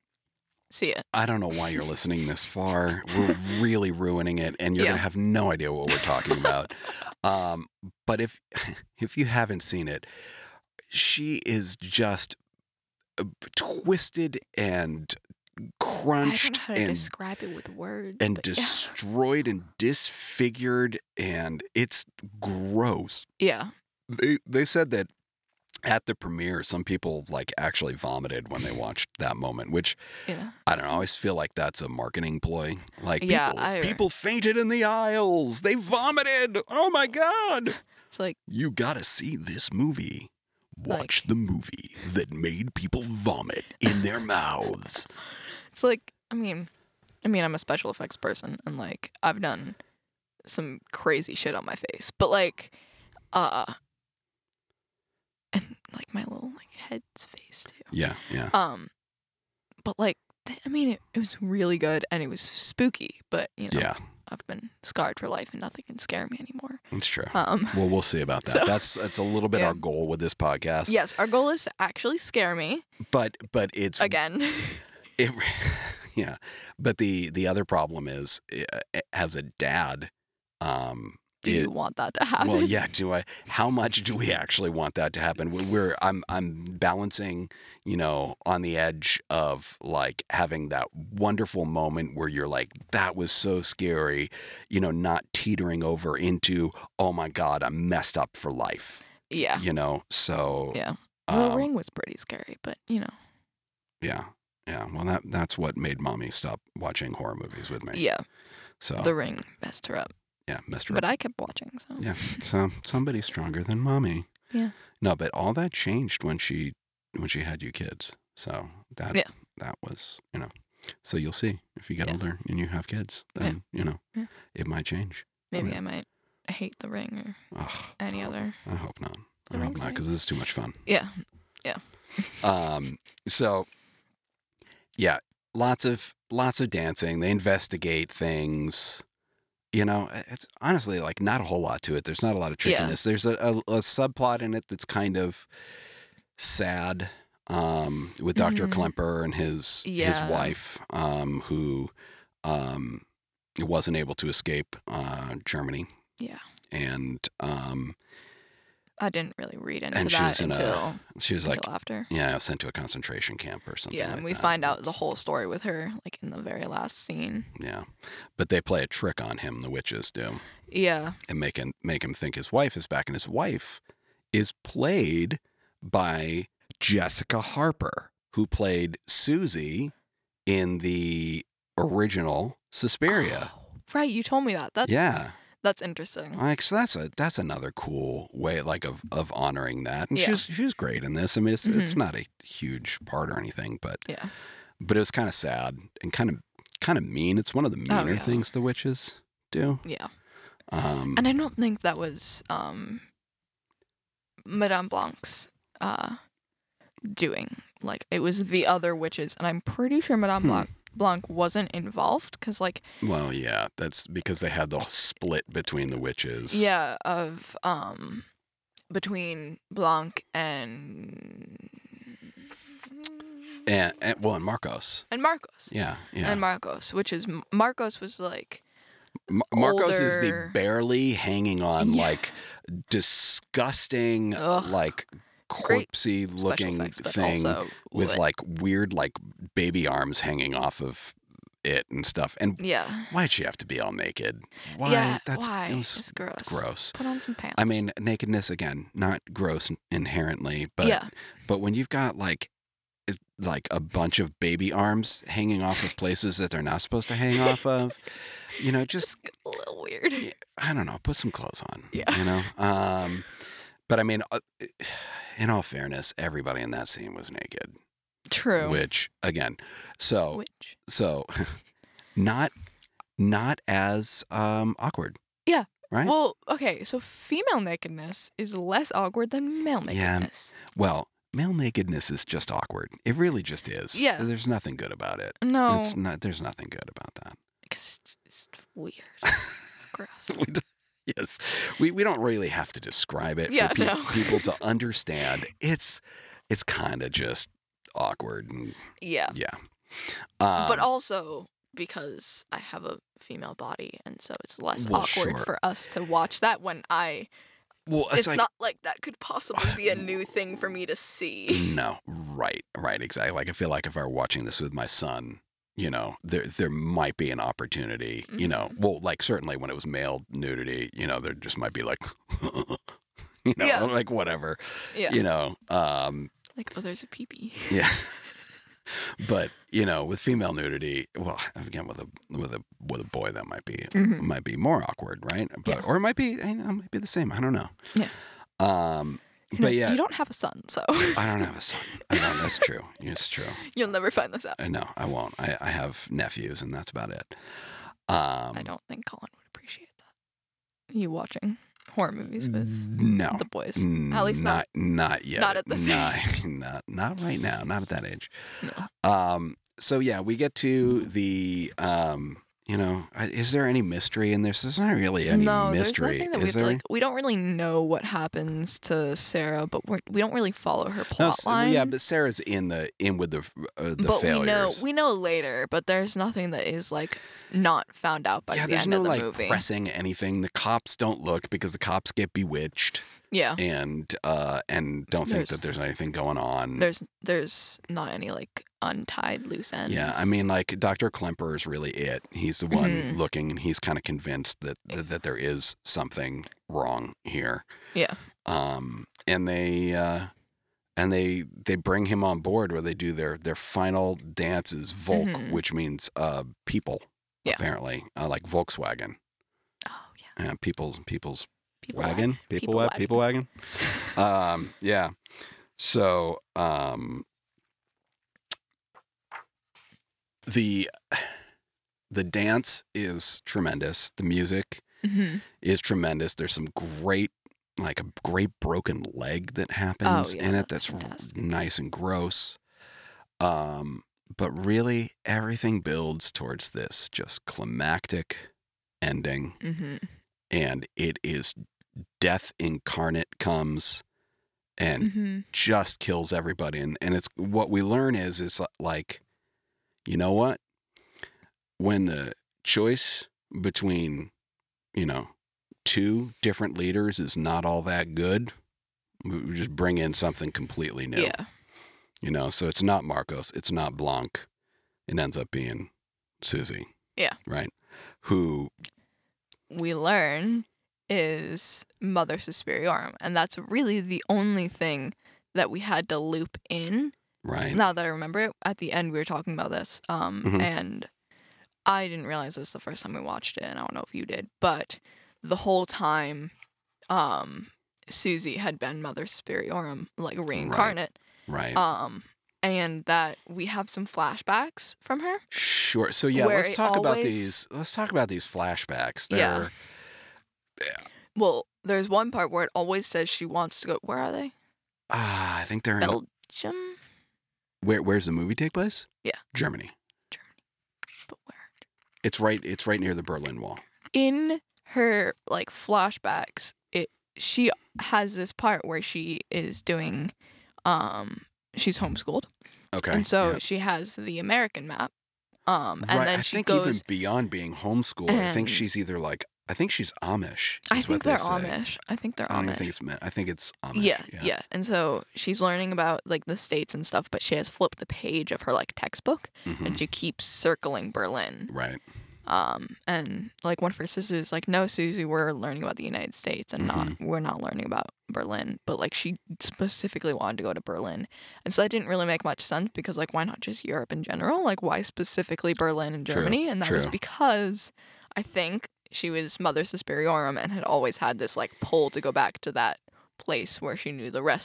Speaker 2: See it.
Speaker 3: I don't know why you're listening this far. We're really ruining it, and you're
Speaker 2: Yeah.
Speaker 3: gonna have no idea what we're talking about. um, but if if you haven't seen it, she is just uh, twisted and
Speaker 2: I don't
Speaker 3: crunched
Speaker 2: know how to
Speaker 3: and
Speaker 2: describe it with words.
Speaker 3: and
Speaker 2: but yeah.
Speaker 3: destroyed and disfigured and it's gross.
Speaker 2: yeah.
Speaker 3: They they said that at the premiere some people like actually vomited when they watched that moment, which
Speaker 2: Yeah.
Speaker 3: I don't know, I always feel like that's a marketing ploy. Like
Speaker 2: Yeah,
Speaker 3: people
Speaker 2: I-
Speaker 3: people fainted in the aisles. They vomited. Oh my god.
Speaker 2: It's like
Speaker 3: You got to see this movie. Watch
Speaker 2: Like-
Speaker 3: the movie that made people vomit in their mouths.
Speaker 2: it's like I mean, I mean I'm a special effects person and like I've done some crazy shit on my face, but like, uh, and like my little like head's face too.
Speaker 3: Yeah, yeah.
Speaker 2: Um, but like th- I mean it, it was really good and it was spooky, but you know
Speaker 3: Yeah,
Speaker 2: I've been scarred for life and nothing can scare me anymore.
Speaker 3: it's true.
Speaker 2: Um.
Speaker 3: Well, we'll see about that.
Speaker 2: So-
Speaker 3: that's that's a little bit
Speaker 2: Yeah.
Speaker 3: our goal with this podcast.
Speaker 2: Yes, our goal is to actually scare me
Speaker 3: But but it's
Speaker 2: again.
Speaker 3: it, yeah. But the the other problem is uh, as a dad, um,
Speaker 2: Do
Speaker 3: it-
Speaker 2: you want that to happen?
Speaker 3: well, yeah. Do I? How much do we actually want that to happen? We're- We're I'm I'm balancing, you know, on the edge of like having that wonderful moment where you're like, that was so scary, you know, not teetering over into, oh my god, I'm messed up for life.
Speaker 2: Yeah.
Speaker 3: you know so
Speaker 2: Yeah. the
Speaker 3: um,
Speaker 2: ring was pretty scary, but you know.
Speaker 3: yeah yeah well that that's what made mommy stop watching horror movies with me
Speaker 2: Yeah,
Speaker 3: so
Speaker 2: the ring messed her up,
Speaker 3: yeah mr
Speaker 2: but I kept watching. So
Speaker 3: yeah so somebody stronger than mommy
Speaker 2: Yeah.
Speaker 3: no but all that changed when she when she had you kids so that
Speaker 2: Yeah.
Speaker 3: that was you know so you'll see if you get
Speaker 2: Yeah.
Speaker 3: older and you have kids
Speaker 2: Yeah.
Speaker 3: then you know
Speaker 2: Yeah.
Speaker 3: it might change
Speaker 2: maybe
Speaker 3: yeah.
Speaker 2: I might hate the ring or
Speaker 3: Ugh,
Speaker 2: any
Speaker 3: I hope-
Speaker 2: other.
Speaker 3: i hope not
Speaker 2: The
Speaker 3: i hope
Speaker 2: rings
Speaker 3: not
Speaker 2: are-
Speaker 3: because it's too much fun
Speaker 2: Yeah,
Speaker 3: Um, so yeah, lots of lots of dancing. They investigate things. You know, it's honestly like not a whole lot to it. There's not a lot of
Speaker 2: Yeah.
Speaker 3: trickiness. There's a, a, a subplot in it that's kind of sad um, with doctor
Speaker 2: Mhm.
Speaker 3: Klemper and his
Speaker 2: Yeah.
Speaker 3: his wife, um, who um, wasn't able to escape uh, Germany.
Speaker 2: Yeah.
Speaker 3: and um,
Speaker 2: I didn't really read into
Speaker 3: And she
Speaker 2: that
Speaker 3: was in a-
Speaker 2: until,
Speaker 3: she was
Speaker 2: until
Speaker 3: like,
Speaker 2: after.
Speaker 3: yeah, sent to a concentration camp or something.
Speaker 2: Yeah,
Speaker 3: like
Speaker 2: and we
Speaker 3: that.
Speaker 2: find out the whole story with her, like in the very last scene.
Speaker 3: Yeah, but they play a trick on him. The witches do,
Speaker 2: Yeah,
Speaker 3: and make him make him think his wife is back, and his wife is played by Jessica Harper, who played Susie in the original Suspiria.
Speaker 2: Oh, right, you told me that. That's
Speaker 3: yeah,
Speaker 2: that's interesting.
Speaker 3: like so that's a that's another cool way like of of honoring that, and
Speaker 2: Yeah. Mm-hmm.
Speaker 3: she's she's great in this. I mean, it's it's not a huge part or anything, but
Speaker 2: Yeah.
Speaker 3: but it was kind of sad and kind of kind of mean. It's one of the meaner
Speaker 2: Oh, yeah.
Speaker 3: things the witches do.
Speaker 2: Yeah,
Speaker 3: Um,
Speaker 2: and I don't think that was um, Madame Blanc's uh, doing. Like it was the other witches, and I'm pretty sure Madame
Speaker 3: Hmm.
Speaker 2: Blanc Blanc wasn't involved because like
Speaker 3: Well, yeah, that's because they had the split between the witches.
Speaker 2: Yeah, of um between Blanc and
Speaker 3: And, and well, and Marcos.
Speaker 2: and Marcos.
Speaker 3: Yeah, yeah.
Speaker 2: And Marcos, which is Marcos was like
Speaker 3: M- Marcos is the
Speaker 2: older-
Speaker 3: barely hanging on,
Speaker 2: Yeah.
Speaker 3: like disgusting,
Speaker 2: Ugh.
Speaker 3: like
Speaker 2: Great
Speaker 3: corpsey
Speaker 2: special
Speaker 3: looking
Speaker 2: effects, but
Speaker 3: thing
Speaker 2: also
Speaker 3: with
Speaker 2: what-
Speaker 3: like weird, like baby arms hanging off of it and stuff. And
Speaker 2: yeah,
Speaker 3: why'd she have to be all naked? Why?
Speaker 2: yeah.
Speaker 3: That's
Speaker 2: why?
Speaker 3: It was
Speaker 2: it's gross.
Speaker 3: gross.
Speaker 2: Put on some pants.
Speaker 3: I mean, nakedness again, not gross inherently, but
Speaker 2: yeah,
Speaker 3: But when you've got like it- like a bunch of baby arms hanging off of places that they're not supposed to hang off of, you know, just
Speaker 2: it's a little weird.
Speaker 3: Yeah. I don't know, put some clothes on.
Speaker 2: Yeah.
Speaker 3: You know. Um but I mean uh, in all fairness, everybody in that scene was naked,
Speaker 2: True.
Speaker 3: which oh, again, so
Speaker 2: Which-
Speaker 3: so not not as um awkward.
Speaker 2: Yeah.
Speaker 3: Right?
Speaker 2: Well, okay, so female nakedness is less awkward than male
Speaker 3: Yeah.
Speaker 2: nakedness.
Speaker 3: well, male nakedness is just awkward. It really just is.
Speaker 2: Yeah. Oh.
Speaker 3: There's nothing good about it.
Speaker 2: No,
Speaker 3: It's not there's nothing good about that.
Speaker 2: because it's just weird. it's gross.
Speaker 3: We d- yes, we, we don't really have to describe it
Speaker 2: Yeah,
Speaker 3: for peop-
Speaker 2: no.
Speaker 3: people to understand. It's it's kind of just awkward and
Speaker 2: Yeah.
Speaker 3: yeah. Um,
Speaker 2: Uh, but also because I have a female body, and so it's less
Speaker 3: Well,
Speaker 2: awkward
Speaker 3: sure.
Speaker 2: for us to watch that when I.
Speaker 3: well,
Speaker 2: It's,
Speaker 3: it's, like,
Speaker 2: not like that could possibly be a new thing for me to see.
Speaker 3: Mm, no, right, right, exactly. Like I feel like if I were watching this with my son, you know, there there might be an opportunity. You know,
Speaker 2: Mm-hmm.
Speaker 3: well, like certainly when it was male nudity, you know, there just might be like, you know,
Speaker 2: Yeah.
Speaker 3: like whatever.
Speaker 2: Yeah.
Speaker 3: You know, um,
Speaker 2: Like, oh, there's a peepee.
Speaker 3: yeah. but you know, with female nudity, well, again, with a with a with a boy, that might be
Speaker 2: Mhm.
Speaker 3: might be more awkward, right? But
Speaker 2: Yeah.
Speaker 3: or it might be, you know, it might be the same. I don't know.
Speaker 2: Yeah.
Speaker 3: Um, but
Speaker 2: Anyways,
Speaker 3: yeah,
Speaker 2: You don't have a son, so
Speaker 3: I don't have a son. I know that's true. It's true.
Speaker 2: you'll never find this out.
Speaker 3: Uh, No, I won't. I, I have nephews, and that's about it. Um,
Speaker 2: I don't think Colin would appreciate that. You watching horror movies with
Speaker 3: No,
Speaker 2: the boys.
Speaker 3: Mm,
Speaker 2: At least
Speaker 3: not
Speaker 2: not-
Speaker 3: not yet.
Speaker 2: not at this
Speaker 3: not, Not not right now. Not at that age.
Speaker 2: No.
Speaker 3: Um. So yeah, we get to the um. You know, I- is there any mystery in this? There's not really any
Speaker 2: no,
Speaker 3: mystery.
Speaker 2: there's nothing that
Speaker 3: is
Speaker 2: we've
Speaker 3: there?
Speaker 2: like. We don't really know what happens to Sarah, but we're, we don't really follow her
Speaker 3: No,
Speaker 2: plot
Speaker 3: s-
Speaker 2: line.
Speaker 3: yeah, but Sarah's in the in with the uh, the
Speaker 2: but
Speaker 3: failures.
Speaker 2: we know we know later. But there's nothing that is like not found out by
Speaker 3: yeah,
Speaker 2: the
Speaker 3: there's
Speaker 2: end
Speaker 3: no
Speaker 2: of the
Speaker 3: like
Speaker 2: movie.
Speaker 3: pressing anything. The cops don't look because the cops get bewitched
Speaker 2: Yeah,
Speaker 3: and uh and don't think
Speaker 2: Oh. There's-
Speaker 3: that there's anything going on.
Speaker 2: there's there's not any like untied loose ends.
Speaker 3: Yeah, I mean, like Dr. Klemper is really it. He's the one
Speaker 2: Mhm.
Speaker 3: looking, and he's kind of convinced that,
Speaker 2: Eh
Speaker 3: that that there is something wrong here.
Speaker 2: Yeah.
Speaker 3: Um, and they uh, and they they bring him on board where they do their their final dance is Volk,
Speaker 2: Mhm.
Speaker 3: which means uh people.
Speaker 2: Yeah.
Speaker 3: Apparently, uh, like Volkswagen,
Speaker 2: oh yeah,
Speaker 3: uh, people's people's
Speaker 2: people
Speaker 3: wagon, people,
Speaker 2: People
Speaker 3: wa-
Speaker 2: wagon.
Speaker 3: people wagon. um, yeah. So, um, the the dance is tremendous. The music
Speaker 2: hmm
Speaker 3: is tremendous. There's some great, like a great broken leg that happens
Speaker 2: Oh, yeah,
Speaker 3: in it.
Speaker 2: that's
Speaker 3: That's r-
Speaker 2: fantastic.
Speaker 3: nice and gross. Um, but really, everything builds towards this just climactic ending
Speaker 2: hmm
Speaker 3: and it is death incarnate comes and
Speaker 2: hmm
Speaker 3: just kills everybody and and it's what we learn is it's like you know what when the choice between you know two different leaders is not all that good we we just bring in something completely new
Speaker 2: Yeah,
Speaker 3: you know so it's not marcos it's not blanc it ends up being susie
Speaker 2: Yeah.
Speaker 3: right who
Speaker 2: we learn is Mother Superiorum, and that's really the only thing that we had to loop in
Speaker 3: right
Speaker 2: now that I remember it, at the end we were talking about this, um,
Speaker 3: Mhm.
Speaker 2: and I didn't realize this the first time we watched it, and I don't know if you did, but the whole time, um, Susie had been Mother Superiorum, like reincarnate,
Speaker 3: right
Speaker 2: um, and that we have some flashbacks from her.
Speaker 3: Sure. So yeah,
Speaker 2: where
Speaker 3: let's
Speaker 2: it
Speaker 3: talk about
Speaker 2: always-
Speaker 3: these. Let's talk about these flashbacks. They're
Speaker 2: Yeah. Well, there's one part where it always says she wants to go. Where are they?
Speaker 3: ah, I think they're in,
Speaker 2: Belgium,
Speaker 3: where. Where's the movie take place?
Speaker 2: Yeah.
Speaker 3: Germany.
Speaker 2: but where?
Speaker 3: It's right. It's right near the Berlin Wall.
Speaker 2: in her like flashbacks, it she has this part where she is doing um she's homeschooled.
Speaker 3: Okay.
Speaker 2: And so
Speaker 3: yeah.
Speaker 2: she has the American map. Um and
Speaker 3: right.
Speaker 2: then
Speaker 3: I
Speaker 2: she
Speaker 3: think even
Speaker 2: goes
Speaker 3: beyond being homeschooled, I think
Speaker 2: and-
Speaker 3: she's either like I think she's Amish.
Speaker 2: I
Speaker 3: is
Speaker 2: think
Speaker 3: what they
Speaker 2: they're
Speaker 3: say.
Speaker 2: Amish. I think they're
Speaker 3: I don't even
Speaker 2: Amish.
Speaker 3: think it's. Me- I think it's Amish.
Speaker 2: yeah, yeah, And so she's learning about like the states and stuff, but she has flipped the page of her like textbook
Speaker 3: Mhm.
Speaker 2: and she keeps circling Berlin.
Speaker 3: Right.
Speaker 2: Um, and like one of her sisters is like, no, Susie, we're learning about the United States and not
Speaker 3: Mm-hmm.
Speaker 2: we're not learning about Berlin. But like she specifically wanted to go to Berlin, and so that didn't really make much sense because like why not just Europe in general? Like why specifically Berlin and
Speaker 3: True,
Speaker 2: Germany? and that was
Speaker 3: true.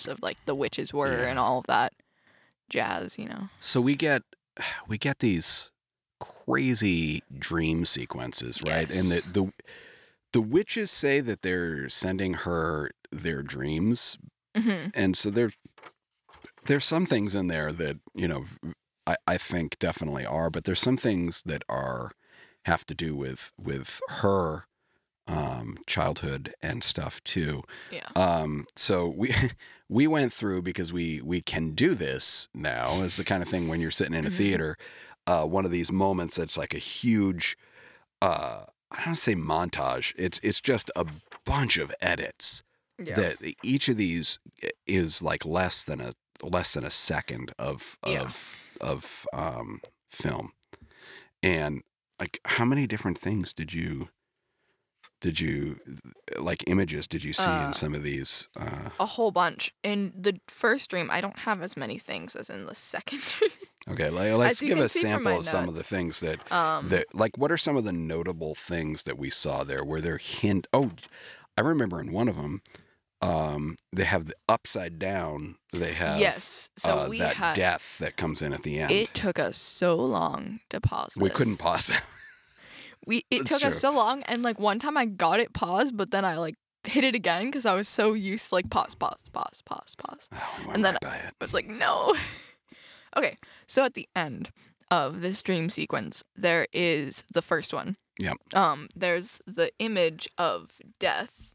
Speaker 3: Yeah.
Speaker 2: and all of that jazz, you know.
Speaker 3: So we get we get these crazy dream sequences, right?
Speaker 2: Yes.
Speaker 3: And the, the the witches say that they're sending her their dreams,
Speaker 2: hmm
Speaker 3: and so there's there's some things in there that you know I, I think definitely are, but there's some things that are have to do with with her um, childhood and stuff too.
Speaker 2: Yeah.
Speaker 3: Um, so we we went through because we we can do this now. It's the kind of thing when you're sitting in a
Speaker 2: Mhm.
Speaker 3: theater, uh, one of these moments that's like a huge. Uh, I don't say montage. It's it's just a bunch of edits
Speaker 2: Yeah.
Speaker 3: that e, each of these is like less than a less than a second of
Speaker 2: Yeah.
Speaker 3: of of um, film. and like how many different things did you did you like images did you see
Speaker 2: Uh,
Speaker 3: in some of these uh
Speaker 2: a whole bunch. In the first dream, I don't have as many things as in the second.
Speaker 3: okay like, let's
Speaker 2: you
Speaker 3: give
Speaker 2: can
Speaker 3: a
Speaker 2: see from
Speaker 3: sample
Speaker 2: my
Speaker 3: of some of the
Speaker 2: notes,
Speaker 3: things that
Speaker 2: um,
Speaker 3: that like what are some of the notable things that we saw there were there hint oh i remember in one of them um they have the upside down they have
Speaker 2: yes. So
Speaker 3: uh,
Speaker 2: we
Speaker 3: that
Speaker 2: had.
Speaker 3: death that comes in at the end
Speaker 2: It took us so long to pause.
Speaker 3: we
Speaker 2: this.
Speaker 3: couldn't pause it
Speaker 2: We it
Speaker 3: That's
Speaker 2: took
Speaker 3: true.
Speaker 2: us so long, and like one time I got it paused, but then I like hit it again because I was so used to like pause, pause, pause, pause, pause.
Speaker 3: oh, we went
Speaker 2: And then-
Speaker 3: right by it.
Speaker 2: I was like, no. okay, so at the end of this dream sequence, there is the first one.
Speaker 3: Yep.
Speaker 2: Um, there's the image of death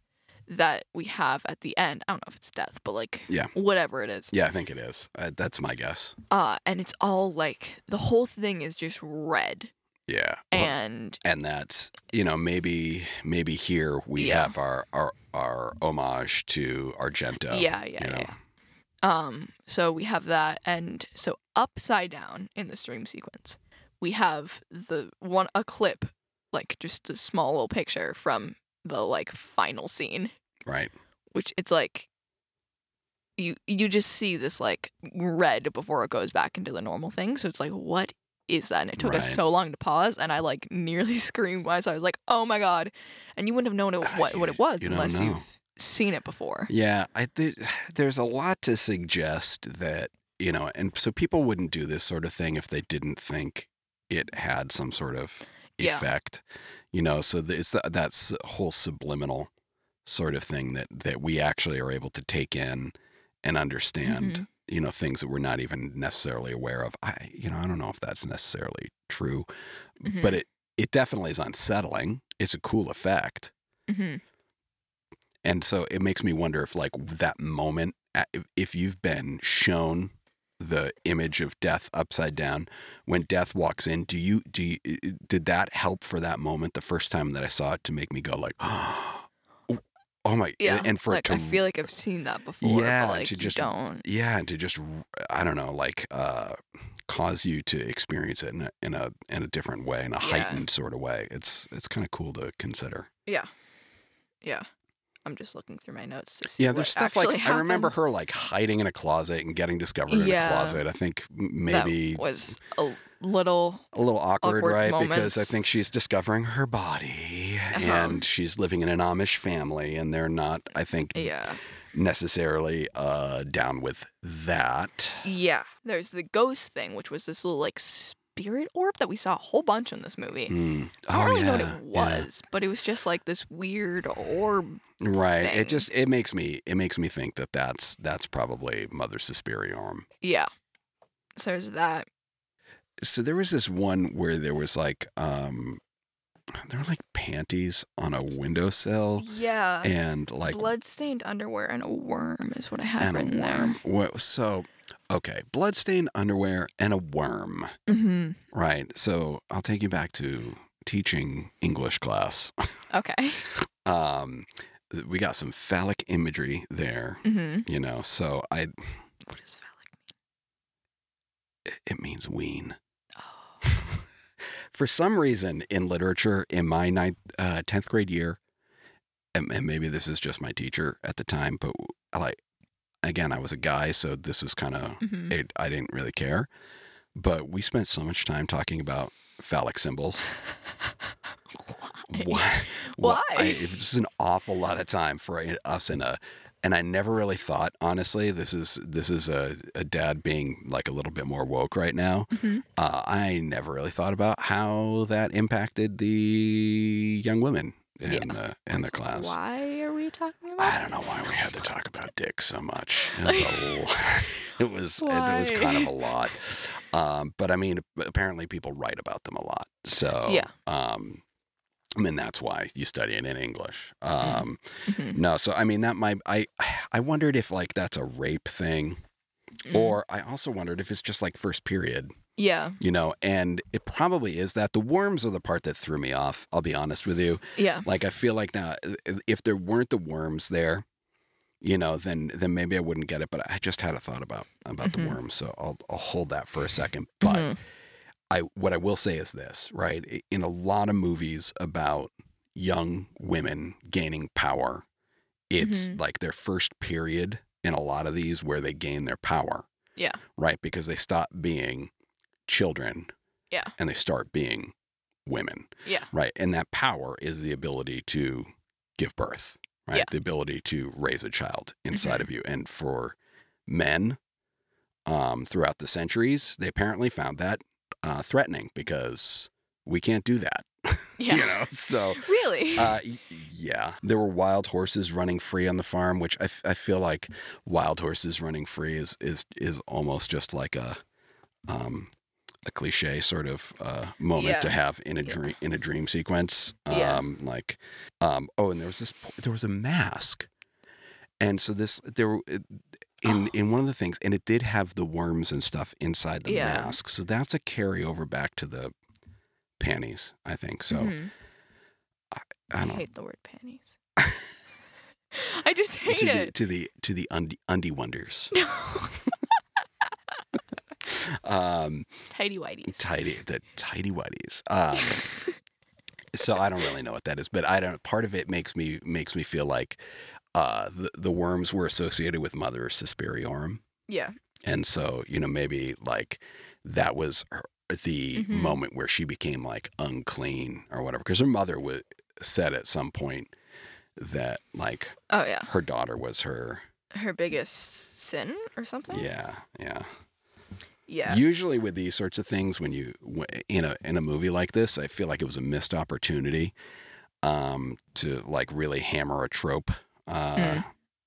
Speaker 2: that we have at the end. I don't know if it's death, but like
Speaker 3: Yeah.
Speaker 2: whatever it is.
Speaker 3: yeah i think it is uh, that's my guess
Speaker 2: Uh, and it's all like the whole thing is just red.
Speaker 3: yeah Well,
Speaker 2: And
Speaker 3: and that's you know maybe maybe here we
Speaker 2: Yeah.
Speaker 3: have our our our homage to argento
Speaker 2: yeah, yeah,
Speaker 3: you know?
Speaker 2: yeah. Um, so we have that, and so upside down in the stream sequence, we have the one a clip, like just a small little picture from the like final scene,
Speaker 3: right
Speaker 2: which it's like you you just see this like red before it goes back into the normal thing. So it's like, what is that? And it took us
Speaker 3: Right.
Speaker 2: so long to pause, and I like nearly screamed when I saw. it. I was like, oh my god! And you wouldn't have known it,
Speaker 3: Ah,
Speaker 2: what
Speaker 3: you-
Speaker 2: what it was
Speaker 3: you don't
Speaker 2: unless
Speaker 3: know.
Speaker 2: you've seen it before.
Speaker 3: Yeah, I th- there's a lot to suggest that you know, and so people wouldn't do this sort of thing if they didn't think it had some sort of
Speaker 2: Yeah.
Speaker 3: effect. You know, so th- it's th- that s- whole subliminal sort of thing that that we actually are able to take in and understand.
Speaker 2: Mhm.
Speaker 3: You know, things that we're not even necessarily aware of. I, you know, I don't know if that's necessarily true,
Speaker 2: Mhm.
Speaker 3: but it it definitely is unsettling. It's a cool effect
Speaker 2: Mhm.
Speaker 3: and so it makes me wonder if like that moment uh, if- if you've been shown the image of death upside down when death walks in do you do you, did that help for that moment the first time that i saw it to make me go like oh my
Speaker 2: Yeah,
Speaker 3: and for
Speaker 2: like
Speaker 3: it to
Speaker 2: I feel like I've seen that before.
Speaker 3: Yeah,
Speaker 2: but, like
Speaker 3: to
Speaker 2: you
Speaker 3: just-
Speaker 2: don't.
Speaker 3: yeah and to just i don't know like uh cause you to experience it in a in a, in a different way in a
Speaker 2: Yeah.
Speaker 3: heightened sort of way it's it's kind of cool to consider
Speaker 2: Yeah, I'm just looking through my notes to see.
Speaker 3: Yeah,
Speaker 2: what
Speaker 3: there's stuff like
Speaker 2: actually
Speaker 3: I remember
Speaker 2: happened.
Speaker 3: her like hiding in a closet and getting discovered in
Speaker 2: Yeah.
Speaker 3: a closet. I think m- maybe
Speaker 2: that was a little.
Speaker 3: a little awkward,
Speaker 2: awkward
Speaker 3: right? Because I
Speaker 2: moments.
Speaker 3: think she's discovering her body
Speaker 2: Uh-huh.
Speaker 3: and she's living in an Amish family and they're not I think
Speaker 2: Yeah,
Speaker 3: necessarily uh down with that.
Speaker 2: yeah. There's the ghost thing, which was this little like spirit orb that we saw a whole bunch in this movie.
Speaker 3: Mm.
Speaker 2: I don't
Speaker 3: Oh,
Speaker 2: really know what
Speaker 3: yeah,
Speaker 2: it
Speaker 3: yeah.
Speaker 2: was, but it was just like this weird orb.
Speaker 3: Right.
Speaker 2: thing.
Speaker 3: It just it makes me it makes me think that that's that's probably Mother Suspiriorum.
Speaker 2: Yeah. So there's that.
Speaker 3: so there was this one where there was like um there were like panties on a windowsill
Speaker 2: Yeah.
Speaker 3: Oh, and like
Speaker 2: Blood-stained underwear and a worm is what I had
Speaker 3: and a
Speaker 2: written
Speaker 3: worm. Wha- So okay, bloodstained underwear and a worm.
Speaker 2: there. hmm
Speaker 3: Right. So I'll take you back to teaching English class.
Speaker 2: Okay.
Speaker 3: Um we got some phallic imagery there,
Speaker 2: hmm
Speaker 3: you know. So I
Speaker 2: What is phallic?
Speaker 3: it means wean.
Speaker 2: Oh.
Speaker 3: For some reason in literature in my ninth, uh, 10th grade year, and, and maybe this is just my teacher at the time, but I like, again, I was a guy, so this is kind of,
Speaker 2: hmm
Speaker 3: it, I didn't really care. But we spent so much time talking about phallic symbols.
Speaker 2: Why?
Speaker 3: Why?
Speaker 2: Why?
Speaker 3: I, it was just an awful lot of time for us in a, and I never really thought, honestly, this is this is a, a dad being like a little bit more woke right now.
Speaker 2: Mhm.
Speaker 3: Uh, I never really thought about how that impacted the young women in
Speaker 2: Yeah.
Speaker 3: the in the class.
Speaker 2: Why are we talking about?
Speaker 3: I don't know why
Speaker 2: this?
Speaker 3: we had to talk about dick so much. It was a l- it was, it was
Speaker 2: Why?
Speaker 3: kind of a lot. Um, but I mean, apparently people write about them a lot. So
Speaker 2: Yeah.
Speaker 3: Um, I mean that's why you study it in English. Um,
Speaker 2: Mhm.
Speaker 3: No, so I mean that might I I wondered if like that's a rape thing,
Speaker 2: Mm.
Speaker 3: or I also wondered if it's just like first period
Speaker 2: Mm-hmm. Yeah,
Speaker 3: you know, and it probably is that the worms are the part that threw me off. I'll be honest with you.
Speaker 2: yeah,
Speaker 3: Like I feel like now, if there weren't the worms there, you know, then then maybe I wouldn't get it. But I just had a thought about about
Speaker 2: Mhm.
Speaker 3: the worms, so I'll I'll hold that for a second. But
Speaker 2: Mhm.
Speaker 3: I what I will say is this, right? I- In a lot of movies about young women gaining power, it's
Speaker 2: Mhm.
Speaker 3: like their first period in a lot of these where they gain their power.
Speaker 2: Yeah.
Speaker 3: Right? Because they stop being children.
Speaker 2: Yeah.
Speaker 3: And they start being women.
Speaker 2: Yeah.
Speaker 3: Right. And that power is the ability to give birth, right?
Speaker 2: Yeah. Mm-hmm.
Speaker 3: The ability to raise a child inside of you. And for men, um, throughout the centuries, they apparently found that uh, threatening because we can't do that.
Speaker 2: Yeah.
Speaker 3: You know, so.
Speaker 2: Really?
Speaker 3: Uh, y- yeah, there were wild horses running free on the farm, which I, f- I feel like wild horses running free is is is almost just like a um a cliche sort of uh moment
Speaker 2: Yeah.
Speaker 3: to have in a
Speaker 2: Yeah.
Speaker 3: dream in a dream sequence. Um
Speaker 2: Yeah.
Speaker 3: like um oh and there was this po- there was a mask. And so this there were-
Speaker 2: Oh.
Speaker 3: in in one of the things and it did have the worms and stuff inside the
Speaker 2: Yeah.
Speaker 3: mask. So that's a carryover back to the panties, I think. So
Speaker 2: Mhm.
Speaker 3: I
Speaker 2: I
Speaker 3: don't
Speaker 2: hate the word panties. I just hate
Speaker 3: to the
Speaker 2: it.
Speaker 3: to the to the undie, undie wonders.
Speaker 2: No.
Speaker 3: Um,
Speaker 2: Tidy whities.
Speaker 3: tidy the tidy whities. Um, so I don't really know what that is, but I don't. Part of it makes me makes me feel like uh, the the worms were associated with Mother Suspiriorum,
Speaker 2: yeah.
Speaker 3: and so you know maybe like that was her, the
Speaker 2: Mhm.
Speaker 3: moment where she became like unclean or whatever, because her mother would said at some point that like
Speaker 2: Oh yeah.
Speaker 3: her daughter was her
Speaker 2: Her biggest sin or something?
Speaker 3: yeah yeah
Speaker 2: Yeah.
Speaker 3: Usually with these sorts of things, when you wh- in a in a movie like this, I feel like it was a missed opportunity um, to like really hammer a trope uh,
Speaker 2: Mm.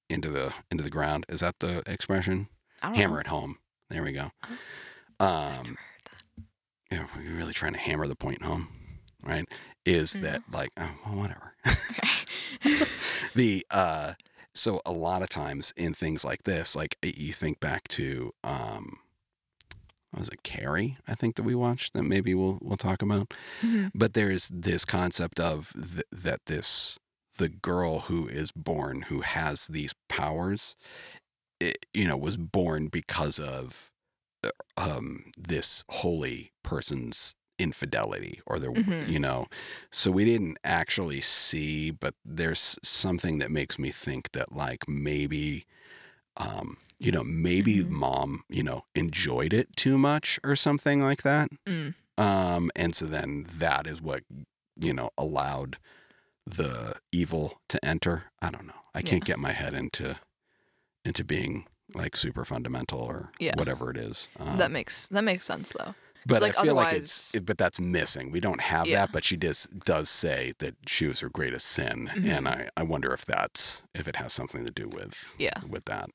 Speaker 3: into the into the ground. Is that the expression?
Speaker 1: I
Speaker 2: Oh,
Speaker 1: don't
Speaker 3: Hammer it home. There we go.
Speaker 2: I've never
Speaker 3: Um,
Speaker 2: heard that.
Speaker 3: yeah, we're really trying to hammer the point home, right? Is
Speaker 2: Mhm.
Speaker 3: that like oh, well, whatever?
Speaker 2: Okay.
Speaker 3: the uh so a lot of times in things like this like y- you think back to um what was it carrie i think that we watched that maybe we'll we'll talk about
Speaker 2: Mhm.
Speaker 3: but there is this concept of th- that this the girl who is born who has these powers it, you know was born because of uh, um this holy person's infidelity or their
Speaker 2: Mhm.
Speaker 3: you know so we didn't actually see but there's something that makes me think that like maybe um you know maybe
Speaker 2: Mhm.
Speaker 3: mom you know enjoyed it too much or something like that
Speaker 2: Mm.
Speaker 3: um and so then that is what you know allowed the evil to enter i don't know i can't get my head into into being like super fundamental or
Speaker 2: Yeah.
Speaker 3: whatever it is um,
Speaker 2: that makes that makes sense though.
Speaker 3: but
Speaker 2: like,
Speaker 3: I feel like
Speaker 2: otherwise-
Speaker 3: it's it, but that's missing. We don't have
Speaker 2: Yeah.
Speaker 3: that, but she does does say that she was her greatest sin, and I I wonder if that's if it has something to do with
Speaker 2: Mm-hmm. Yeah.
Speaker 3: with that.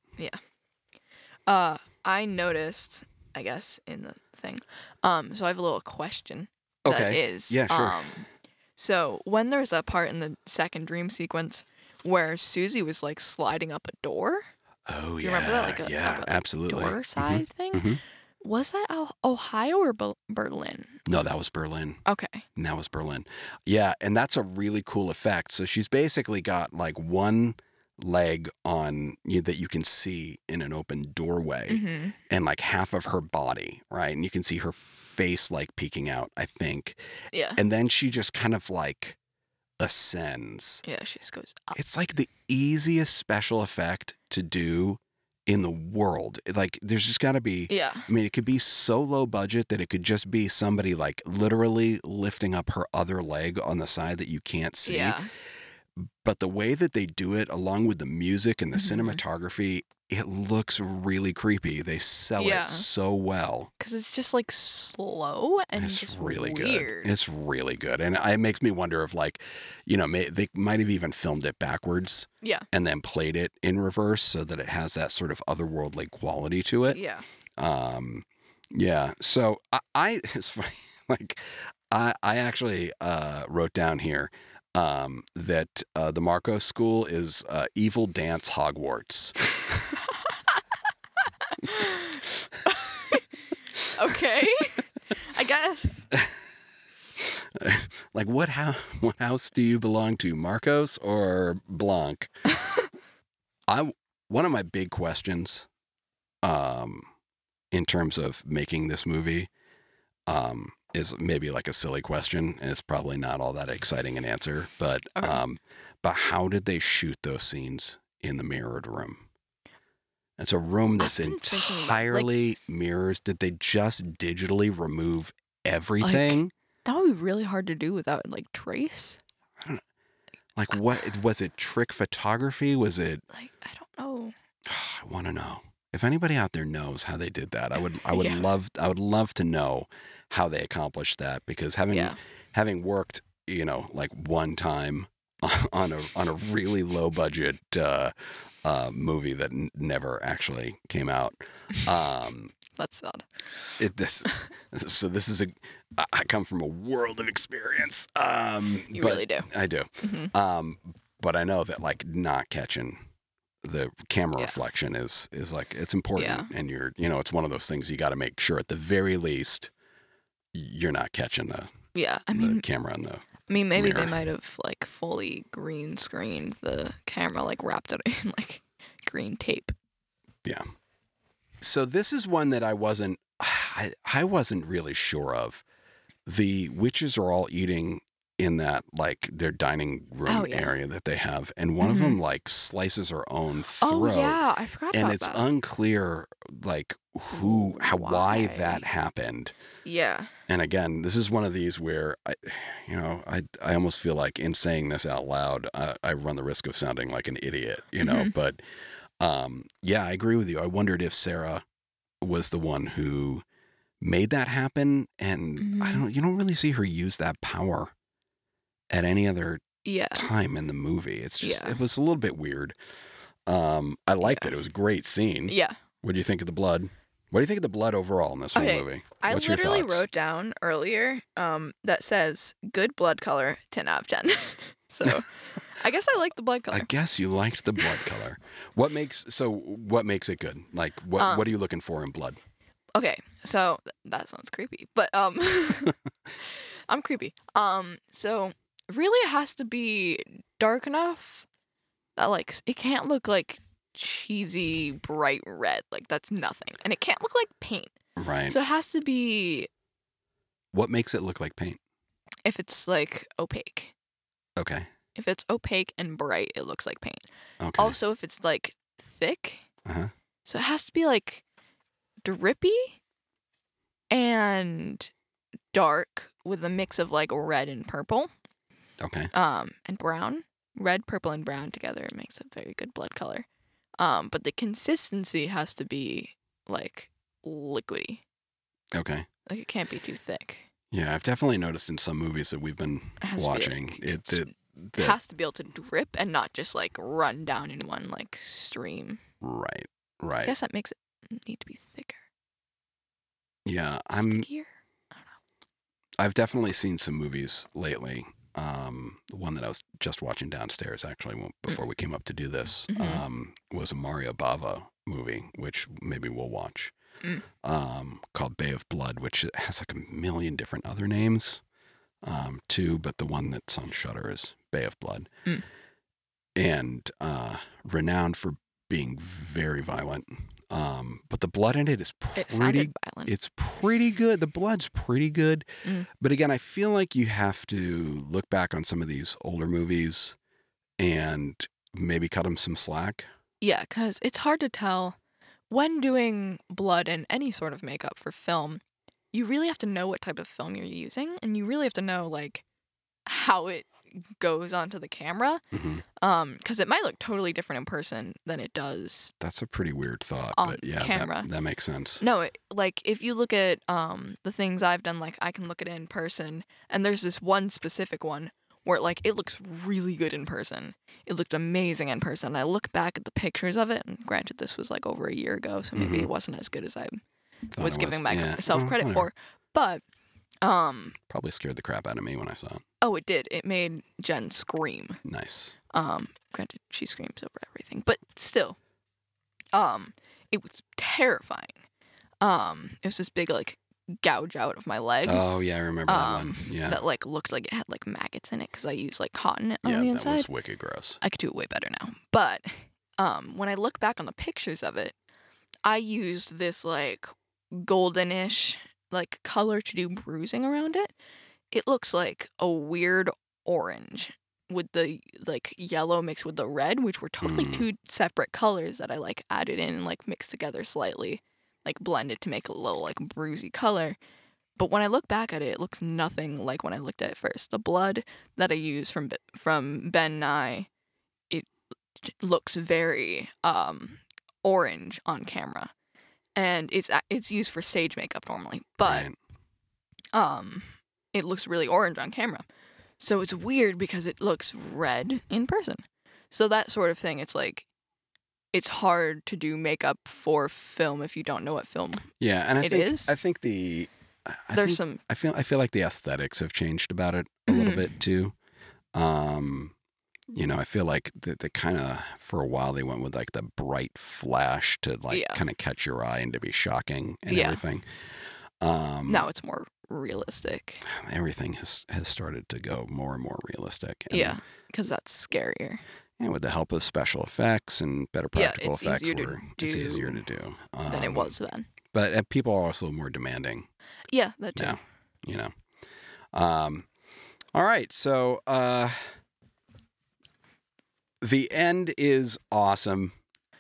Speaker 2: Uh, I noticed, I guess, in the thing. Um, so I have a little question. That
Speaker 3: Okay.
Speaker 2: is,
Speaker 3: Yeah, sure.
Speaker 2: Um, so when there's a part in the second dream sequence where Susie was like sliding up a door,
Speaker 3: oh
Speaker 2: do
Speaker 3: yeah.
Speaker 2: you remember that? Like a-
Speaker 3: yeah,
Speaker 2: up a
Speaker 3: absolutely.
Speaker 2: door
Speaker 3: Mhm.
Speaker 2: side thing,
Speaker 3: mhm.
Speaker 2: was that Al- Ohio or Bel Berlin?
Speaker 3: No, that was Berlin.
Speaker 2: Okay.
Speaker 3: And that was Berlin. Yeah, and that's a really cool effect. So she's basically got like one leg on you that you can see in an open doorway.
Speaker 2: Mm-hmm.
Speaker 3: and like half of her body, right? And you can see her face like peeking out, I think.
Speaker 2: Yeah.
Speaker 3: And then she just kind of like ascends.
Speaker 2: Yeah. She just goes up.
Speaker 3: It's like the easiest special effect to do in the world. Like, there's just got to be.
Speaker 2: Yeah.
Speaker 3: I mean, it could be so low budget that it could just be somebody like literally lifting up her other leg on the side that you can't see.
Speaker 2: Yeah.
Speaker 3: But the way that they do it, along with the music and the
Speaker 2: Mhm.
Speaker 3: cinematography, it looks really creepy. They sell
Speaker 2: Yeah.
Speaker 3: it so well.
Speaker 2: Because it's just like slow and
Speaker 3: it's
Speaker 2: just
Speaker 3: really
Speaker 2: weird.
Speaker 3: good. It's really good, and it makes me wonder if, like, you know, may, they might have even filmed it backwards,
Speaker 2: Yeah.
Speaker 3: and then played it in reverse so that it has that sort of otherworldly quality to it.
Speaker 2: yeah.
Speaker 3: Um, yeah. So I, I it's funny. Like, I I actually uh, wrote down here um, that uh, the Marco School is uh, evil dance Hogwarts.
Speaker 2: okay. I guess.
Speaker 3: like, what house? What house do you belong to, Marcos or Blanc? I one of my big questions, um, in terms of making this movie, um, is maybe like a silly question, and it's probably not all that exciting an answer. But
Speaker 2: Okay.
Speaker 3: um, but how did they shoot those scenes in the mirrored room? It's a room that's
Speaker 2: been thinking about, like-
Speaker 3: entirely mirrors. Did they just digitally remove everything?
Speaker 2: That would be really hard to do without like trace.
Speaker 3: Like, what was it? Trick photography? Was it?
Speaker 2: Like I don't know.
Speaker 3: I want to know if anybody out there knows how they did that. I would. I would
Speaker 2: Yeah.
Speaker 3: love. I would love to know how they accomplished that because having
Speaker 2: yeah.
Speaker 3: having worked, you know, like one time on a on a really low budget uh, uh, movie that n- never actually came out. Um,
Speaker 2: That's sad.
Speaker 3: it, this so this is a I- I come from a world of experience. Um,
Speaker 2: You
Speaker 3: but-
Speaker 2: really do.
Speaker 3: I do.
Speaker 2: Mhm.
Speaker 3: Um, but I know that like not catching the camera
Speaker 2: Yeah.
Speaker 3: reflection is is like it's important,
Speaker 2: Yeah.
Speaker 3: and you're you know it's one of those things you got to make sure at the very least you're not catching the,
Speaker 2: Yeah. I
Speaker 3: the
Speaker 2: mean,
Speaker 3: camera in the
Speaker 2: I mean, maybe they
Speaker 3: mirror.
Speaker 2: might have like fully green screened the camera, like wrapped it in like green tape.
Speaker 3: So this is one that I wasn't I, I wasn't really sure of. The witches are all eating in that like their dining room
Speaker 2: Oh, yeah.
Speaker 3: area that they have and one of
Speaker 2: Mhm.
Speaker 3: them like slices her own
Speaker 2: Oh
Speaker 3: throat
Speaker 2: yeah, I forgot
Speaker 3: and
Speaker 2: about
Speaker 3: it's
Speaker 2: that.
Speaker 3: unclear like who how, why
Speaker 2: Why?
Speaker 3: that happened.
Speaker 2: yeah.
Speaker 3: And again, this is one of these where I you know, I I almost feel like in saying this out loud, I, I run the risk of sounding like an idiot, you know,
Speaker 2: Mhm.
Speaker 3: but um yeah, I agree with you. I wondered if Sarah was the one who made that happen and I
Speaker 2: Mhm.
Speaker 3: don't you don't really see her use that power at any other
Speaker 2: Yeah.
Speaker 3: time in the movie. It's just
Speaker 2: Uh, Yeah.
Speaker 3: it was a little bit weird. Um I liked it. It was a great scene.
Speaker 2: Yeah.
Speaker 3: What do you think of the blood? What do you think of the blood overall in this whole
Speaker 2: Okay,
Speaker 3: movie?
Speaker 2: I
Speaker 3: What's your
Speaker 2: literally
Speaker 3: thoughts?
Speaker 2: wrote down earlier um, that says good blood color, 10 out of 10. so I guess I like the blood color.
Speaker 3: I guess you liked the blood color. What makes so? What makes it good? Like what?
Speaker 2: Um,
Speaker 3: what are you looking for in blood?
Speaker 2: okay, so th- that sounds creepy, but um, I'm creepy. Um, so really it has to be dark enough that like s- it can't look like cheesy bright red like that's nothing and it can't look like paint
Speaker 3: Right.
Speaker 2: so it has to be
Speaker 3: what makes it look like paint?
Speaker 2: if it's like opaque
Speaker 3: Okay.
Speaker 2: if it's opaque and bright it looks like paint
Speaker 3: Okay.
Speaker 2: Also, if it's like thick,
Speaker 3: Uh-huh.
Speaker 2: so it has to be like drippy and dark with a mix of like red and purple,
Speaker 3: Okay.
Speaker 2: um, and brown. Red, purple, and brown together makes a very good blood color. Um, but the consistency has to be like liquidy.
Speaker 3: Okay.
Speaker 2: Like it can't be too thick.
Speaker 3: Yeah, I've definitely noticed in some movies that we've been
Speaker 2: It has
Speaker 3: watching
Speaker 2: to be, like,
Speaker 3: it.
Speaker 2: it's-
Speaker 3: That,
Speaker 2: it
Speaker 3: that-
Speaker 2: has to be able to drip and not just like run down in one like stream.
Speaker 3: right.
Speaker 2: I
Speaker 3: Right.
Speaker 2: guess that makes it need to be thicker.
Speaker 3: Yeah. I'm.
Speaker 2: stickier.
Speaker 3: I've definitely seen some movies lately. Um, the one that I was just watching downstairs, actually,
Speaker 2: Mm.
Speaker 3: when- before we came up to do this,
Speaker 2: Mhm.
Speaker 3: um, was a Mario Bava movie, which maybe we'll watch,
Speaker 2: Mm.
Speaker 3: um, called Bay of Blood, which has like a million different other names, um, too. But the one that's on Shutter is Bay of Blood,
Speaker 2: Mm.
Speaker 3: and uh, renowned for being very violent. Um, but the blood in it is pretty
Speaker 2: It sounded violent.
Speaker 3: it's pretty good. The blood's pretty good.
Speaker 2: Mm.
Speaker 3: But again, I feel like you have to look back on some of these older movies and maybe cut them some slack.
Speaker 2: Yeah, because it's hard to tell when doing blood and any sort of makeup for film. You really have to know what type of film you're using, and you really have to know like how it goes onto the camera.
Speaker 3: Mhm.
Speaker 2: Um, because it might look totally different in person than it does.
Speaker 3: That's a pretty weird thought,
Speaker 2: On
Speaker 3: but yeah, that-
Speaker 2: camera.
Speaker 3: That, makes sense.
Speaker 2: No, it, like if you look at um the things I've done, like I can look at it in person, and there's this one specific one where like it looks really good in person. It looked amazing in person. I look back at the pictures of it, and granted, this was like over a year ago, so maybe
Speaker 3: Mhm.
Speaker 2: it wasn't as good as I
Speaker 3: Thought
Speaker 2: was
Speaker 3: it
Speaker 2: giving back
Speaker 3: yeah.
Speaker 2: myself
Speaker 3: Oh,
Speaker 2: credit
Speaker 3: whatever.
Speaker 2: for. But um
Speaker 3: Probably scared the crap out of me when I saw it.
Speaker 2: oh, it did. It made Jen scream.
Speaker 3: Nice.
Speaker 2: Um, granted, she screams over everything, but still, um, it was terrifying. Um, it was this big like gouge out of my leg.
Speaker 3: Oh yeah, I remember that
Speaker 2: um,
Speaker 3: one. Yeah,
Speaker 2: That like looked like it had like maggots in it because I used like cotton on
Speaker 3: yeah,
Speaker 2: the
Speaker 3: that
Speaker 2: inside.
Speaker 3: was wicked gross.
Speaker 2: I could do it way better now. But um, when I look back on the pictures of it, I used this like goldenish like color to do bruising around it, it looks like a weird orange with the like yellow mixed with the red, which were totally
Speaker 3: Mm.
Speaker 2: two separate colors that I like added in and like mixed together slightly, like blended to make a little like bruisey color. But when I look back at it, it looks nothing like when I looked at it first. The blood that I use from B- from Ben Nye, it looks very um, orange on camera, and it's a- it's used for stage makeup normally, but
Speaker 3: Right.
Speaker 2: um, it looks really orange on camera. So it's weird because it looks red in person. So that sort of thing, it's like it's hard to do makeup for film if you don't know what film.
Speaker 3: yeah, and I
Speaker 2: it
Speaker 3: think
Speaker 2: is.
Speaker 3: I think the I I
Speaker 2: There's some
Speaker 3: think- I feel I feel like the aesthetics have changed about it a little
Speaker 2: Mhm.
Speaker 3: bit too. Um, you know, I feel like they, they kind of for a while they went with like the bright flash to like
Speaker 2: Yeah.
Speaker 3: kind of catch your eye and to be shocking and
Speaker 2: Yeah.
Speaker 3: everything. Um,
Speaker 2: now it's more realistic.
Speaker 3: everything has has started to go more and more realistic. And,
Speaker 2: Yeah, because that's scarier.
Speaker 3: and with the help of special effects and better
Speaker 2: Yeah,
Speaker 3: practical
Speaker 2: it's
Speaker 3: effects,
Speaker 2: easier to
Speaker 3: were, it's
Speaker 2: do
Speaker 3: easier to do um,
Speaker 2: than it was then.
Speaker 3: But uh, people are also more demanding
Speaker 2: Yeah, that too.
Speaker 3: now, you know. Um, all right, so uh, the end is awesome.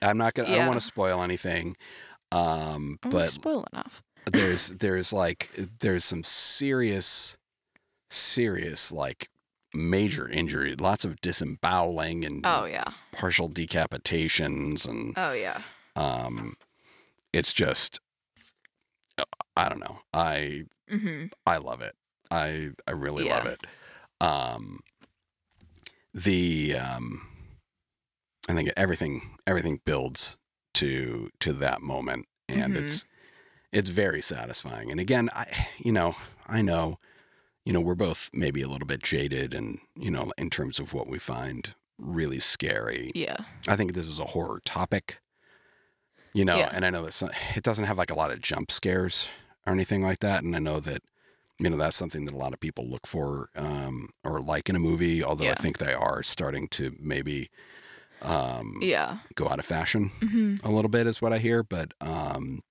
Speaker 3: I'm not gonna. I don't
Speaker 2: Yeah.
Speaker 3: want to spoil anything. Um,
Speaker 2: I won't
Speaker 3: but
Speaker 2: Mm, spoil enough.
Speaker 3: there's there's like there's some serious serious like major injury lots of disemboweling and
Speaker 2: Oh yeah.
Speaker 3: partial decapitations and
Speaker 2: Oh yeah.
Speaker 3: um it's just i don't know i
Speaker 2: Mm-hmm.
Speaker 3: i love it i i really
Speaker 2: Yeah.
Speaker 3: love it um the um i think everything everything builds to to that moment and
Speaker 2: Mhm.
Speaker 3: it's it's very satisfying and again i you know i know you know we're both maybe a little bit jaded and you know in terms of what we find really scary
Speaker 2: Yeah.
Speaker 3: I think this is a horror topic, you know,
Speaker 2: Yeah.
Speaker 3: and I know that some- it doesn't have like a lot of jump scares or anything like that. And I know that, you know, that's something that a lot of people look for um, or like in a movie, although I
Speaker 2: Yeah.
Speaker 3: think they are starting to maybe um,
Speaker 2: Yeah.
Speaker 3: go out of fashion
Speaker 2: Mm-hmm.
Speaker 3: a little bit, is what I hear. But um,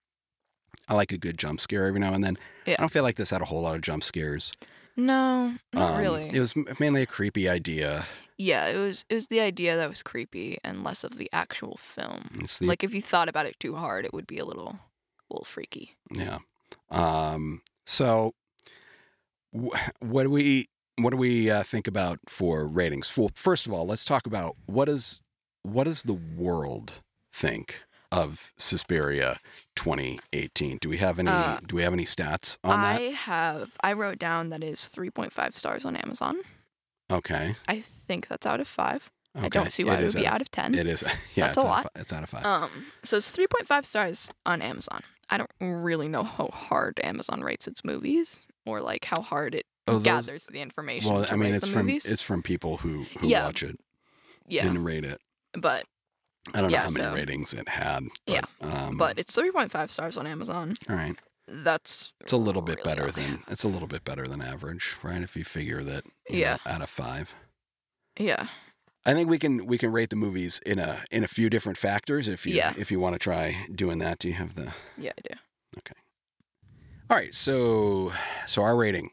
Speaker 3: I like a good jump scare every now and then.
Speaker 2: Yeah.
Speaker 3: I don't feel like this had a whole lot of jump scares.
Speaker 2: No, not
Speaker 3: Um,
Speaker 2: really.
Speaker 3: It was m- mainly a creepy idea.
Speaker 2: yeah, it was it was the idea that was creepy and less of the actual film.
Speaker 3: It's the
Speaker 2: Like if you thought about it too hard, it would be a little a little freaky.
Speaker 3: Yeah. Um, so, wh- what do we what do we uh, think about for ratings? Well, first of all, let's talk about what is what does the world think of Suspiria 2018? Do we have any
Speaker 2: Uh,
Speaker 3: Do we have any stats on
Speaker 2: I
Speaker 3: that?
Speaker 2: have I wrote down that is 3.5 stars on Amazon.
Speaker 3: Okay.
Speaker 2: I think that's out of 5.
Speaker 3: okay.
Speaker 2: I don't see why it,
Speaker 3: is
Speaker 2: would be
Speaker 3: out
Speaker 2: out of 10.
Speaker 3: Of, it is. Yeah.
Speaker 2: That's
Speaker 3: it's
Speaker 2: a
Speaker 3: out
Speaker 2: lot.
Speaker 3: Of, fi- it's out of five.
Speaker 2: Um, so it's 3.5 stars on Amazon. I don't really know how hard Amazon rates its movies or like how hard it
Speaker 3: Oh, those-
Speaker 2: gathers the information
Speaker 3: well,
Speaker 2: to
Speaker 3: I mean,
Speaker 2: rate
Speaker 3: it's
Speaker 2: the
Speaker 3: from
Speaker 2: movies.
Speaker 3: it's from people who who
Speaker 2: Yeah.
Speaker 3: watch it
Speaker 2: yeah,
Speaker 3: and rate it.
Speaker 2: but
Speaker 3: I don't know
Speaker 2: Yeah,
Speaker 3: how many
Speaker 2: so-
Speaker 3: ratings it had.
Speaker 2: Yeah,
Speaker 3: But, Um,
Speaker 2: but it's 3.5 stars on Amazon.
Speaker 3: all right.
Speaker 2: That's
Speaker 3: It's a little bit
Speaker 2: really
Speaker 3: better
Speaker 2: not bad.
Speaker 3: than it's a little bit better than average, right? If you figure that you
Speaker 2: Yeah.
Speaker 3: know, out of five.
Speaker 2: yeah,
Speaker 3: I think we can we can rate the movies in a in a few different factors if you
Speaker 2: Yeah.
Speaker 3: if you want to try doing that. Do you have the
Speaker 2: yeah, I do.
Speaker 3: All right, so so our rating.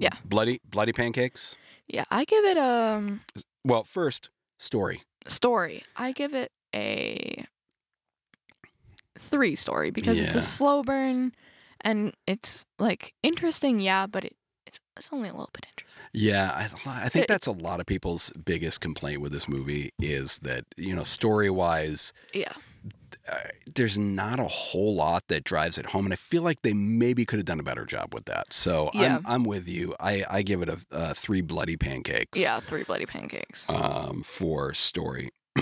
Speaker 2: Yeah.
Speaker 3: Bloody bloody pancakes.
Speaker 2: Yeah, I give it um
Speaker 3: Well, first, story.
Speaker 2: story. I give it a three story because it's
Speaker 3: Yeah.
Speaker 2: a slow burn and it's like interesting, yeah, but it, it's it's only a little bit interesting.
Speaker 3: Yeah, I, I think
Speaker 2: It-
Speaker 3: that's a lot of people's biggest complaint with this movie is that, you know, story-wise,
Speaker 2: Yeah.
Speaker 3: uh, there's not a whole lot that drives it home, and I feel like they maybe could have done a better job with that. So
Speaker 2: Yeah.
Speaker 3: I'm I'm with you. I I give it a, a three bloody pancakes.
Speaker 2: Yeah, three bloody pancakes.
Speaker 3: Um, for story.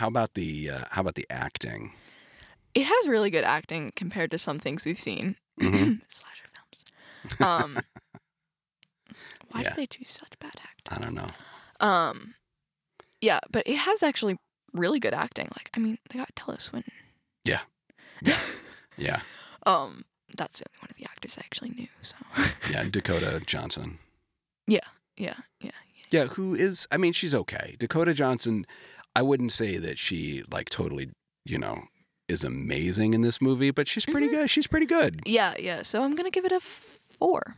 Speaker 3: how about the uh, how about the acting?
Speaker 2: It has really good acting compared to some things we've seen.
Speaker 3: Mhm.
Speaker 2: Slasher films. Um Why
Speaker 3: Yeah.
Speaker 2: did they choose such bad actors?
Speaker 3: I don't know.
Speaker 2: Um, yeah, but it has actually really good acting. Like, I mean, they got Tilda Swinton.
Speaker 3: Yeah. Yeah,
Speaker 2: um, that's the only one of the actors I actually knew. So.
Speaker 3: yeah. Dakota Johnson.
Speaker 2: yeah, yeah,
Speaker 3: Yeah, who is? I mean, she's okay. Dakota Johnson. I wouldn't say that she like totally, you know, is amazing in this movie, but she's pretty
Speaker 2: Mm-hmm.
Speaker 3: good. She's pretty good.
Speaker 2: Yeah, yeah. So I'm gonna give it a four.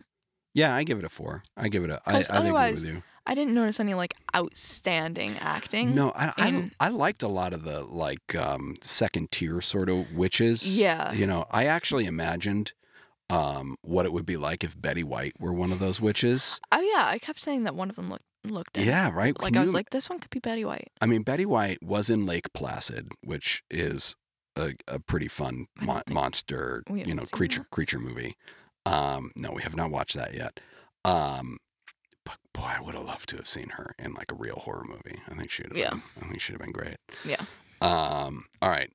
Speaker 3: Yeah, I give it a four. I give it a. I,
Speaker 2: 'Cause
Speaker 3: I agree
Speaker 2: otherwise-
Speaker 3: with you.
Speaker 2: I didn't notice any like outstanding acting.
Speaker 3: No, I, I
Speaker 2: in-
Speaker 3: I liked a lot of the like um, second tier sort of witches.
Speaker 2: Yeah.
Speaker 3: you know, I actually imagined um, what it would be like if Betty White were one of those witches.
Speaker 2: Oh yeah, I kept saying that one of them looked looked. at me.
Speaker 3: Yeah, right.
Speaker 2: Like
Speaker 3: Can
Speaker 2: I was
Speaker 3: you-
Speaker 2: like, this one could be Betty White.
Speaker 3: I mean, Betty White was in Lake Placid, which is a, a pretty fun
Speaker 2: I don't
Speaker 3: mon-
Speaker 2: think
Speaker 3: monster,
Speaker 2: we
Speaker 3: you know,
Speaker 2: haven't seen
Speaker 3: creature
Speaker 2: that.
Speaker 3: creature movie. Um, no, we have not watched that yet. Um, but boy, I would have loved to have seen her in like a real horror movie. I think she would have.
Speaker 2: Yeah.
Speaker 3: Been, I think she'd have been great.
Speaker 2: Yeah.
Speaker 3: Um. All right.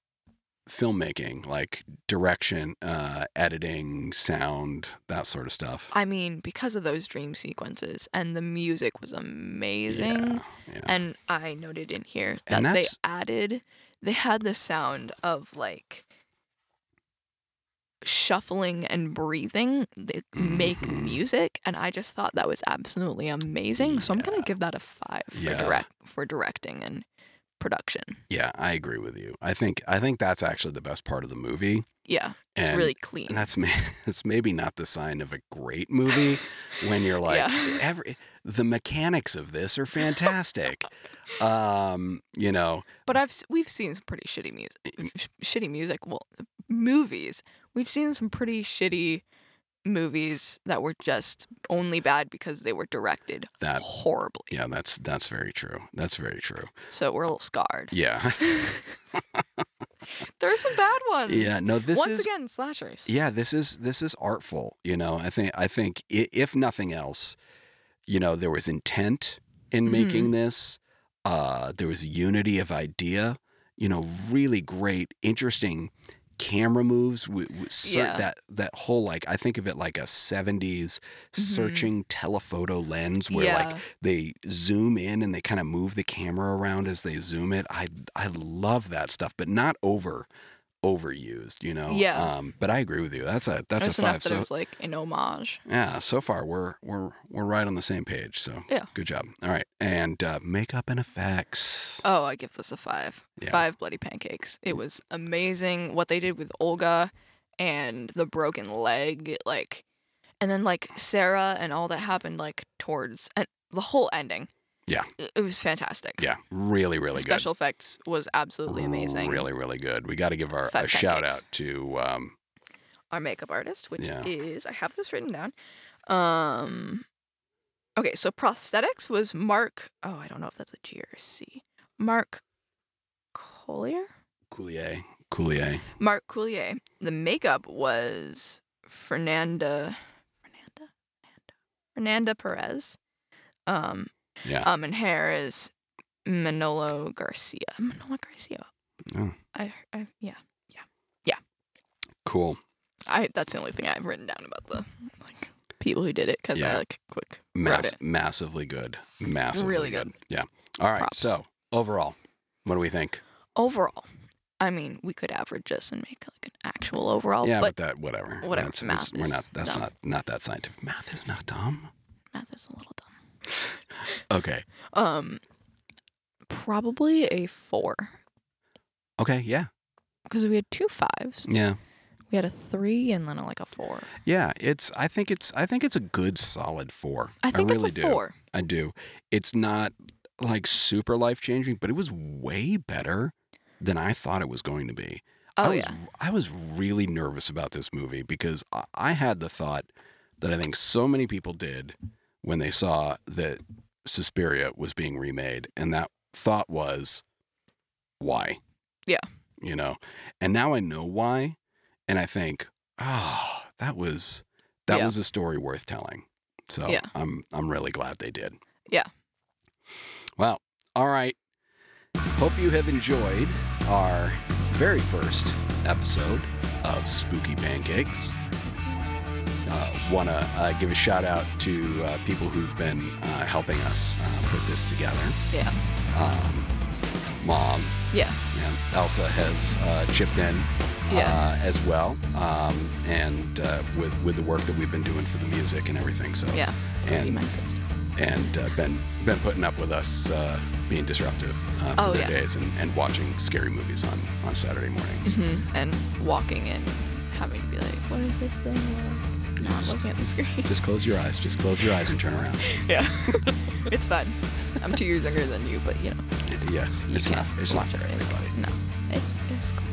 Speaker 3: Filmmaking, like direction, uh, editing, sound, that sort of stuff.
Speaker 2: I mean, because of those dream sequences and the music was amazing.
Speaker 3: Yeah. yeah.
Speaker 2: And I noted in here that
Speaker 3: And
Speaker 2: they
Speaker 3: that's-
Speaker 2: added, they had the sound of like shuffling and breathing that make
Speaker 3: Mhm.
Speaker 2: music, and I just thought that was absolutely amazing. So I'm gonna
Speaker 3: Yeah.
Speaker 2: give that a five for
Speaker 3: Yeah.
Speaker 2: direct for directing and production.
Speaker 3: yeah, I agree with you. I think I think that's actually the best part of the movie.
Speaker 2: Yeah, it's
Speaker 3: and
Speaker 2: really
Speaker 3: And
Speaker 2: clean.
Speaker 3: that's may- it's maybe not the sign of a great movie when you're like
Speaker 2: Yeah.
Speaker 3: every the mechanics of this are fantastic. um, you know,
Speaker 2: But I've s- we've seen some pretty shitty
Speaker 3: Eh,
Speaker 2: music, sh- shitty music. Well, movies. We've seen some pretty shitty movies that were just only bad because they were directed
Speaker 3: that
Speaker 2: horribly.
Speaker 3: yeah, that's that's very true. That's very true.
Speaker 2: So we're a little scarred.
Speaker 3: Yeah.
Speaker 2: There are some bad ones.
Speaker 3: yeah, no this
Speaker 2: Once
Speaker 3: is
Speaker 2: again, slashers.
Speaker 3: yeah, this is this is artful, you know. I think I think i- if nothing else, you know, there was intent in
Speaker 2: Mhm.
Speaker 3: making this. Uh there was unity of idea, you know, really great interesting camera moves with,
Speaker 2: Yeah.
Speaker 3: that that whole like I think of it like a 70s searching telephoto lens where like
Speaker 2: Yeah.
Speaker 3: they zoom in and they kind of move the camera around as they zoom it. I I love that stuff, but not over overused, you know.
Speaker 2: Yeah.
Speaker 3: Um, but I agree with you. That's a that's
Speaker 2: There's
Speaker 3: a
Speaker 2: enough
Speaker 3: five.
Speaker 2: that
Speaker 3: So
Speaker 2: it was like an homage.
Speaker 3: yeah, so far we're we're we're right on the same page. So
Speaker 2: Yeah.
Speaker 3: good job. All right, and uh, makeup and effects.
Speaker 2: Oh, I give this a five.
Speaker 3: Yeah.
Speaker 2: Five bloody pancakes. It was amazing what they did with Olga and the broken leg, like, and then like Sarah and all that happened like towards and the whole ending.
Speaker 3: Yeah.
Speaker 2: it, it was fantastic.
Speaker 3: Yeah, really, really good.
Speaker 2: special effects was absolutely amazing.
Speaker 3: Really, really good. We got to give our a
Speaker 2: Five
Speaker 3: shout
Speaker 2: pancakes.
Speaker 3: out to um,
Speaker 2: our makeup artist, which
Speaker 3: Yeah.
Speaker 2: is I have this written down. Um Okay, so prosthetics was Mark oh, I don't know if that's a G or a C. Mark Collier?
Speaker 3: Coulier. Coulier.
Speaker 2: Mark Collier. The makeup was Fernanda Fernanda Fernanda Fernanda Perez. Um
Speaker 3: Yeah.
Speaker 2: um and hair is Manolo Garcia. Manolo Garcia.
Speaker 3: Oh.
Speaker 2: I, I yeah.
Speaker 3: cool.
Speaker 2: I that's the only thing I've written down about the like people who did it because
Speaker 3: Yeah.
Speaker 2: I like quick wrote
Speaker 3: Mass-
Speaker 2: it.
Speaker 3: massively good. Massively
Speaker 2: Really good.
Speaker 3: good. Yeah. All right.
Speaker 2: Props.
Speaker 3: So overall, what do we think?
Speaker 2: Overall, I mean, we could average this and make like an actual overall,
Speaker 3: yeah,
Speaker 2: but
Speaker 3: but that whatever.
Speaker 2: whatever,
Speaker 3: That's,
Speaker 2: math
Speaker 3: we're
Speaker 2: is
Speaker 3: not. That's
Speaker 2: dumb.
Speaker 3: not not that scientific. Math is not dumb.
Speaker 2: math is a little dumb.
Speaker 3: Okay.
Speaker 2: Um, probably a four
Speaker 3: Okay. Yeah.
Speaker 2: because we had two fives.
Speaker 3: Yeah.
Speaker 2: We had a three and then a, like a four.
Speaker 3: Yeah. It's. I think it's. I think it's a good solid four.
Speaker 2: I think
Speaker 3: really
Speaker 2: it's a
Speaker 3: do.
Speaker 2: four.
Speaker 3: I do. It's not like super life changing, but it was way better than I thought it was going to be. I
Speaker 2: Oh
Speaker 3: was,
Speaker 2: yeah,
Speaker 3: I was really nervous about this movie because I, I had the thought that I think so many people did when they saw that Suspiria was being remade, and that thought was, why?
Speaker 2: Yeah.
Speaker 3: You know, and now I know why, and I think, oh, that was that
Speaker 2: Yeah.
Speaker 3: was a story worth telling. So
Speaker 2: Yeah.
Speaker 3: I'm I'm really glad they did.
Speaker 2: Yeah.
Speaker 3: Well, all right. Hope you have enjoyed our very first episode of Spooky Pancakes. Uh, Want to uh, give a shout out to uh, people who've been uh, helping us uh, put this together.
Speaker 2: yeah,
Speaker 3: Um, Mom
Speaker 2: yeah,
Speaker 3: and Elsa has uh, chipped in
Speaker 2: Yeah.
Speaker 3: uh, as well, um, and uh, with with the work that we've been doing for the music and everything. So
Speaker 2: yeah. That'd be
Speaker 3: and
Speaker 2: my sister.
Speaker 3: and uh, been been putting up with us uh, being disruptive uh, for
Speaker 2: Oh,
Speaker 3: their
Speaker 2: yeah.
Speaker 3: days and, and watching scary movies on on Saturday mornings.
Speaker 2: Mm-hmm. Hmm. and walking in, having to be like, what is this thing? Like, not looking at the screen.
Speaker 3: Just close your eyes. Just close your eyes and turn around.
Speaker 2: Yeah, it's fun. I'm two years younger than you, but you know,
Speaker 3: Yeah,
Speaker 2: You
Speaker 3: it's not
Speaker 2: can't
Speaker 3: it's not for
Speaker 2: it's,
Speaker 3: everybody.
Speaker 2: no, it's it's cool.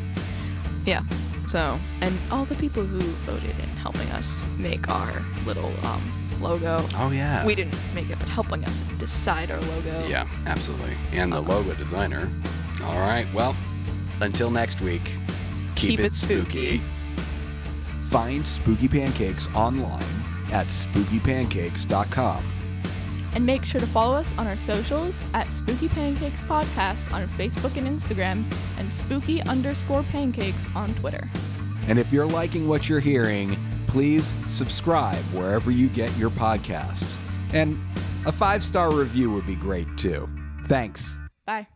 Speaker 2: Yeah. So, and all the people who voted in helping us make our little um, logo.
Speaker 3: Oh yeah.
Speaker 2: We didn't make it, but helping us decide our logo.
Speaker 3: Yeah, absolutely. And the logo designer. All right, well, until next week, keep,
Speaker 2: Keep
Speaker 3: it,
Speaker 2: it
Speaker 3: spooky.
Speaker 2: spooky.
Speaker 3: Find Spooky Pancakes online at spookypancakes.com.
Speaker 2: And make sure to follow us on our socials at Spooky Pancakes Podcast on Facebook and Instagram, and Spooky underscore Pancakes on Twitter.
Speaker 3: And if you're liking what you're hearing, please subscribe wherever you get your podcasts. And a five star review would be great too. Thanks.
Speaker 2: Bye.